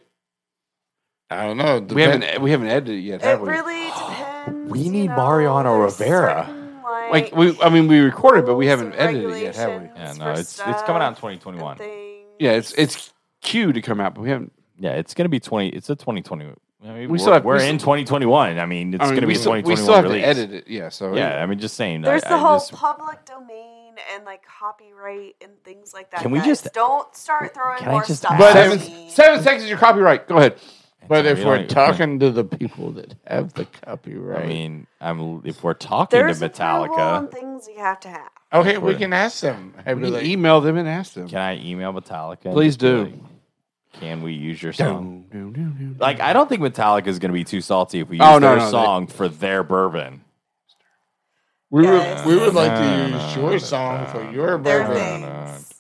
Speaker 5: I don't know.
Speaker 3: we haven't we haven't edited it yet, have
Speaker 4: It
Speaker 3: we?
Speaker 4: really depends.
Speaker 2: We
Speaker 4: you
Speaker 2: need
Speaker 4: know,
Speaker 2: Mariano
Speaker 4: there's
Speaker 2: Rivera.
Speaker 4: certain,
Speaker 3: like we, I mean, we recorded, but we
Speaker 4: rules
Speaker 3: haven't
Speaker 4: and
Speaker 3: edited it yet, have we?
Speaker 4: regulations
Speaker 2: Yeah,
Speaker 4: for
Speaker 2: no, it's it's coming out in
Speaker 4: stuff and
Speaker 2: 2021.
Speaker 4: things.
Speaker 3: Yeah, it's it's queued to come out, but we haven't.
Speaker 2: Yeah, it's gonna be 20. It's a 2020. I mean,
Speaker 3: We
Speaker 2: we are
Speaker 3: still have-
Speaker 2: we're
Speaker 3: we
Speaker 2: in
Speaker 3: still-
Speaker 2: 2021. I mean, it's
Speaker 3: I mean,
Speaker 2: gonna
Speaker 3: we
Speaker 2: be
Speaker 3: still,
Speaker 2: 2021
Speaker 3: we still have
Speaker 2: release.
Speaker 3: to edit it. Yeah, so
Speaker 2: Yeah, I mean, just saying.
Speaker 4: There's
Speaker 2: I-
Speaker 4: the
Speaker 2: I
Speaker 4: whole
Speaker 2: just-
Speaker 4: public domain and like copyright and things like that.
Speaker 2: Can we
Speaker 4: guys.
Speaker 2: just-
Speaker 4: don't start throwing
Speaker 2: Can I
Speaker 4: more
Speaker 2: just
Speaker 4: stuff?
Speaker 2: ask-
Speaker 4: at
Speaker 3: seven,
Speaker 5: But
Speaker 4: me.
Speaker 3: seven seconds is your copyright. Go ahead.
Speaker 5: But
Speaker 2: We
Speaker 5: if
Speaker 2: don't
Speaker 5: we're
Speaker 2: even-
Speaker 5: talking to the people that have the copyright,
Speaker 2: I mean, I'm if we're talking
Speaker 4: There's
Speaker 2: to
Speaker 4: approval on
Speaker 2: Metallica,
Speaker 4: things you have to have.
Speaker 5: okay, we can ask them. Hey,
Speaker 3: We
Speaker 5: be
Speaker 3: can
Speaker 5: like,
Speaker 2: e-
Speaker 3: email them and ask them.
Speaker 2: can I email Metallica? and
Speaker 3: Please
Speaker 2: just be
Speaker 3: do.
Speaker 2: like, can we use your song?
Speaker 3: Dun, dun, dun, dun.
Speaker 2: Like, I don't think Metallica is going to be too salty if we use
Speaker 3: Oh, no,
Speaker 2: their
Speaker 3: no, they-
Speaker 2: song for their bourbon.
Speaker 5: we would,
Speaker 4: Yes.
Speaker 5: we would like to
Speaker 2: No,
Speaker 5: use
Speaker 2: no,
Speaker 5: your song for your
Speaker 4: There are
Speaker 5: bourbon.
Speaker 4: things.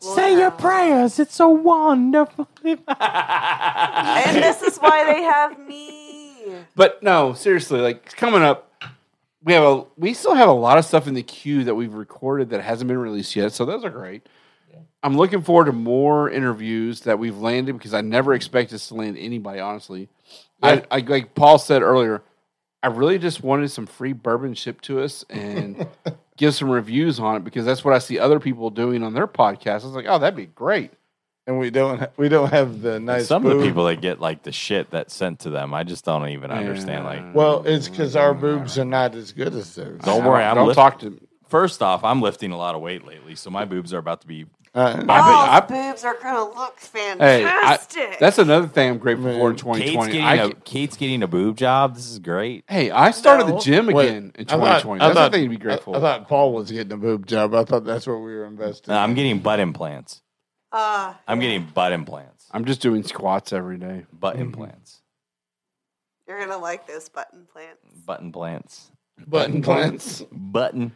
Speaker 4: Well,
Speaker 2: Say your
Speaker 4: no.
Speaker 2: prayers. It's so wonderful. yeah,
Speaker 4: And this is why they have me.
Speaker 3: But no, seriously, like coming up, we have a we still have a lot of stuff in the queue that we've recorded that hasn't been released yet. So those are great. I'm looking forward to more interviews that we've landed because I never expect us to land anybody. Honestly,
Speaker 5: Yeah.
Speaker 3: I, I like Paul said earlier, I really just wanted some free bourbon shipped to us and give some reviews on it because that's what I see other people doing on their podcasts. I was like, oh, that'd be great.
Speaker 5: and we don't ha- we don't have the nice.
Speaker 2: Some of the
Speaker 5: boob.
Speaker 2: people that get like the shit that's sent to them, I just don't even understand. Like,
Speaker 5: Well, it's because our boobs are not as good as theirs.
Speaker 2: Don't worry, I'm
Speaker 3: don't
Speaker 2: lift-
Speaker 3: talk to.
Speaker 2: first off, I'm lifting a lot of weight lately, so my boobs are about to be.
Speaker 5: Uh,
Speaker 4: Y'all's
Speaker 3: I-
Speaker 4: boobs are gonna look
Speaker 3: Hey, I,
Speaker 4: fantastic.
Speaker 3: that's another thing I'm grateful for in
Speaker 5: Man.
Speaker 2: Kate's
Speaker 3: 2020.
Speaker 2: getting,
Speaker 3: I,
Speaker 2: a,
Speaker 3: get-
Speaker 2: Kate's getting a boob job. This is great.
Speaker 3: hey, I started
Speaker 4: No.
Speaker 3: the gym
Speaker 5: Wait,
Speaker 3: again in
Speaker 5: I thought-
Speaker 3: 2020.
Speaker 5: I
Speaker 3: That's
Speaker 5: thought-
Speaker 3: the thing to be grateful.
Speaker 5: I, I thought Paul was getting a boob job. I thought that's what we were investing.
Speaker 2: No, Uh, I'm getting butt implants.
Speaker 4: uh,
Speaker 2: I'm getting butt implants.
Speaker 3: I'm just doing squats every day.
Speaker 2: Butt implants.
Speaker 4: you're gonna like those button plants.
Speaker 2: Button plants.
Speaker 5: button plants,
Speaker 2: Button.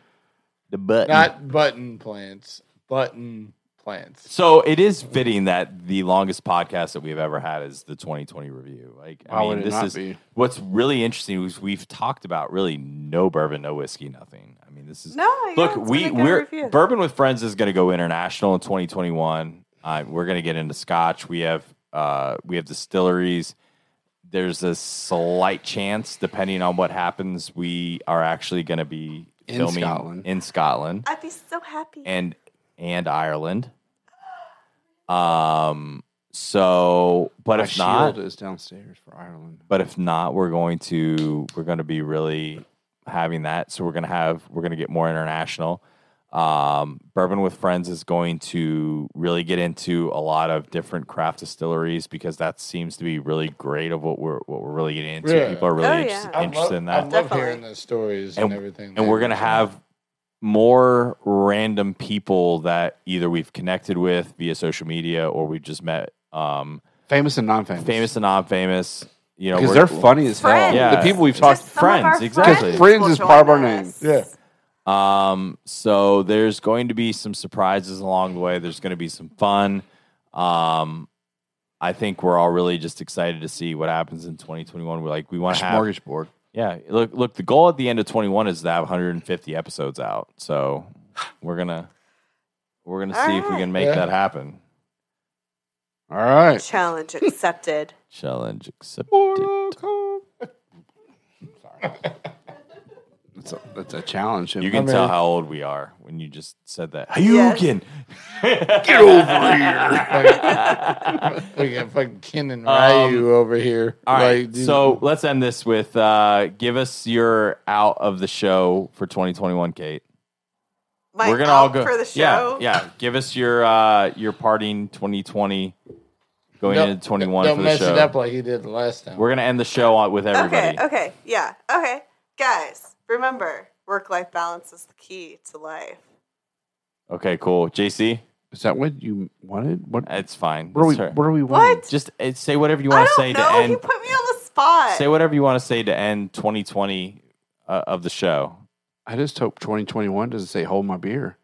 Speaker 2: The button.
Speaker 5: not button plants, button plants.
Speaker 2: so it is fitting that the longest podcast that we've ever had is the 2020 review. Like, I
Speaker 3: Why
Speaker 2: mean,
Speaker 3: would it
Speaker 2: this
Speaker 3: not
Speaker 2: is
Speaker 3: be?
Speaker 2: what's really interesting is we've talked about really no bourbon, no whiskey, nothing. I mean, this is
Speaker 4: No, yeah,
Speaker 2: look
Speaker 4: it's
Speaker 2: we
Speaker 4: gonna get a
Speaker 2: we're
Speaker 4: review.
Speaker 2: bourbon with friends is going to go international in 2021 uh, we're going to get into scotch we have uh, we have distilleries there's a slight chance depending on what happens we are actually going to be
Speaker 3: In
Speaker 2: filming
Speaker 3: Scotland.
Speaker 2: in scotland
Speaker 4: I'd be so happy.
Speaker 2: and and ireland um so but
Speaker 3: My
Speaker 2: if not
Speaker 3: shield is downstairs for Ireland.
Speaker 2: but if not we're going to we're going to be really having that so we're going to have we're going to get more international um, bourbon with friends is going to really get into a lot of different craft distilleries because that seems to be really great of what we're what we're really getting into
Speaker 5: Yeah.
Speaker 2: people are really
Speaker 4: Oh,
Speaker 2: interest-
Speaker 4: yeah.
Speaker 5: I
Speaker 2: interested in
Speaker 5: love,
Speaker 2: that
Speaker 5: I love
Speaker 4: Definitely.
Speaker 5: hearing the stories and, everything.
Speaker 2: and we're
Speaker 5: they-
Speaker 2: gonna have more random people that either we've connected with via social media or we've just met um,
Speaker 3: Famous and non-famous.
Speaker 2: famous and non-famous you know
Speaker 3: because
Speaker 2: we're-
Speaker 3: they're funny as hell.
Speaker 4: Friends.
Speaker 2: Yeah.
Speaker 3: The people we've
Speaker 4: Just
Speaker 3: talked
Speaker 4: some of our
Speaker 2: friends, exactly.
Speaker 4: will
Speaker 3: Friends is
Speaker 4: join
Speaker 3: part of our
Speaker 4: us.
Speaker 5: name. Yeah.
Speaker 2: Um, so there's going to be some surprises along the way. There's going to be some fun. Um, I think we're all really just excited to see what happens in 2021. We're like, we want to have,
Speaker 3: mortgage board.
Speaker 2: yeah. Look, look. The goal at the end of 21 is to have 150 episodes out. So we're gonna we're gonna see if we can make
Speaker 5: Yeah.
Speaker 2: that happen.
Speaker 3: All right.
Speaker 4: Challenge accepted.
Speaker 2: Challenge accepted.
Speaker 3: That's a, that's a challenge.
Speaker 2: You can
Speaker 5: mean-
Speaker 2: tell how old we are when you just said that.
Speaker 4: Yes.
Speaker 2: Hayukin.
Speaker 5: we got fucking Ken and Ryu over here.
Speaker 2: Um, All right.
Speaker 5: Like, dude,
Speaker 2: so let's end this with uh, give us your out of the show for 2021, Kate.
Speaker 4: My
Speaker 2: We're gonna
Speaker 4: out
Speaker 2: all go
Speaker 4: for the show.
Speaker 2: Yeah, yeah. Give us your uh, your parting 2020, going
Speaker 5: don't-
Speaker 2: into 21
Speaker 5: Don't
Speaker 2: for the
Speaker 5: mess
Speaker 2: show.
Speaker 5: it up like he did the last time.
Speaker 2: We're gonna end the show on, with everybody.
Speaker 4: Okay, okay, yeah, okay. Guys, remember, work life balance is the key to life.
Speaker 2: Okay, cool. JC,
Speaker 3: Is that what you wanted? What,
Speaker 2: it's fine.
Speaker 3: what are we?
Speaker 2: It's her.
Speaker 3: What are we?
Speaker 4: What?
Speaker 3: wanting?
Speaker 2: Just uh, say whatever you
Speaker 4: I
Speaker 2: want to
Speaker 4: don't
Speaker 2: say
Speaker 4: know.
Speaker 2: to end.
Speaker 4: you put me on the spot.
Speaker 2: Say whatever you want to say to end 2020 uh, of the show.
Speaker 3: I just hope 2021 doesn't say hold my beer.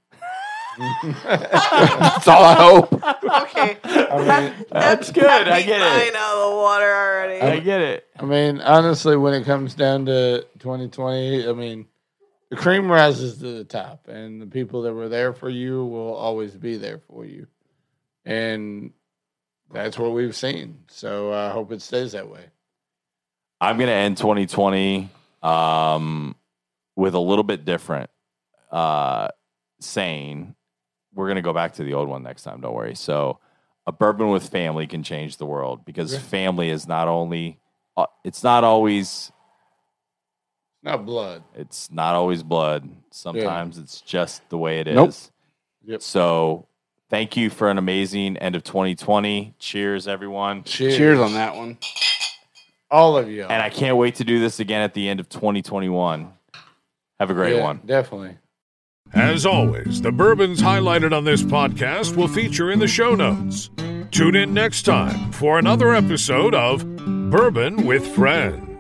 Speaker 3: That's all I hope.
Speaker 4: okay, That-
Speaker 2: That's
Speaker 4: that-
Speaker 2: good.
Speaker 4: that
Speaker 2: I
Speaker 4: beat
Speaker 2: get it.
Speaker 4: mine out of the water already.
Speaker 2: I get it.
Speaker 5: I mean, honestly, when it comes down to 2020, I mean, the cream rises to the top, and the people that were there for you will always be there for you. And that's what we've seen. So I hope it stays that way.
Speaker 2: I'm gonna end 2020 um, with a little bit different uh, saying. We're gonna go back to the old one next time. Don't worry. So, a bourbon with family can change the world because
Speaker 5: Yeah.
Speaker 2: family is not only uh, it's not always
Speaker 5: Not blood.
Speaker 2: it's not always blood. Sometimes it's just the way it is.
Speaker 3: Nope.
Speaker 5: Yep.
Speaker 2: So, thank you for an amazing end of 2020. Cheers, everyone.
Speaker 5: Cheers.
Speaker 3: Cheers on that one.
Speaker 5: All of you.
Speaker 2: And I can't wait to do this again at the end of 2021. Have a great
Speaker 5: Yeah,
Speaker 2: one.
Speaker 5: Definitely.
Speaker 1: As always, the bourbons highlighted on this podcast will feature in the show notes. Tune in next time for another episode of Bourbon with Friends.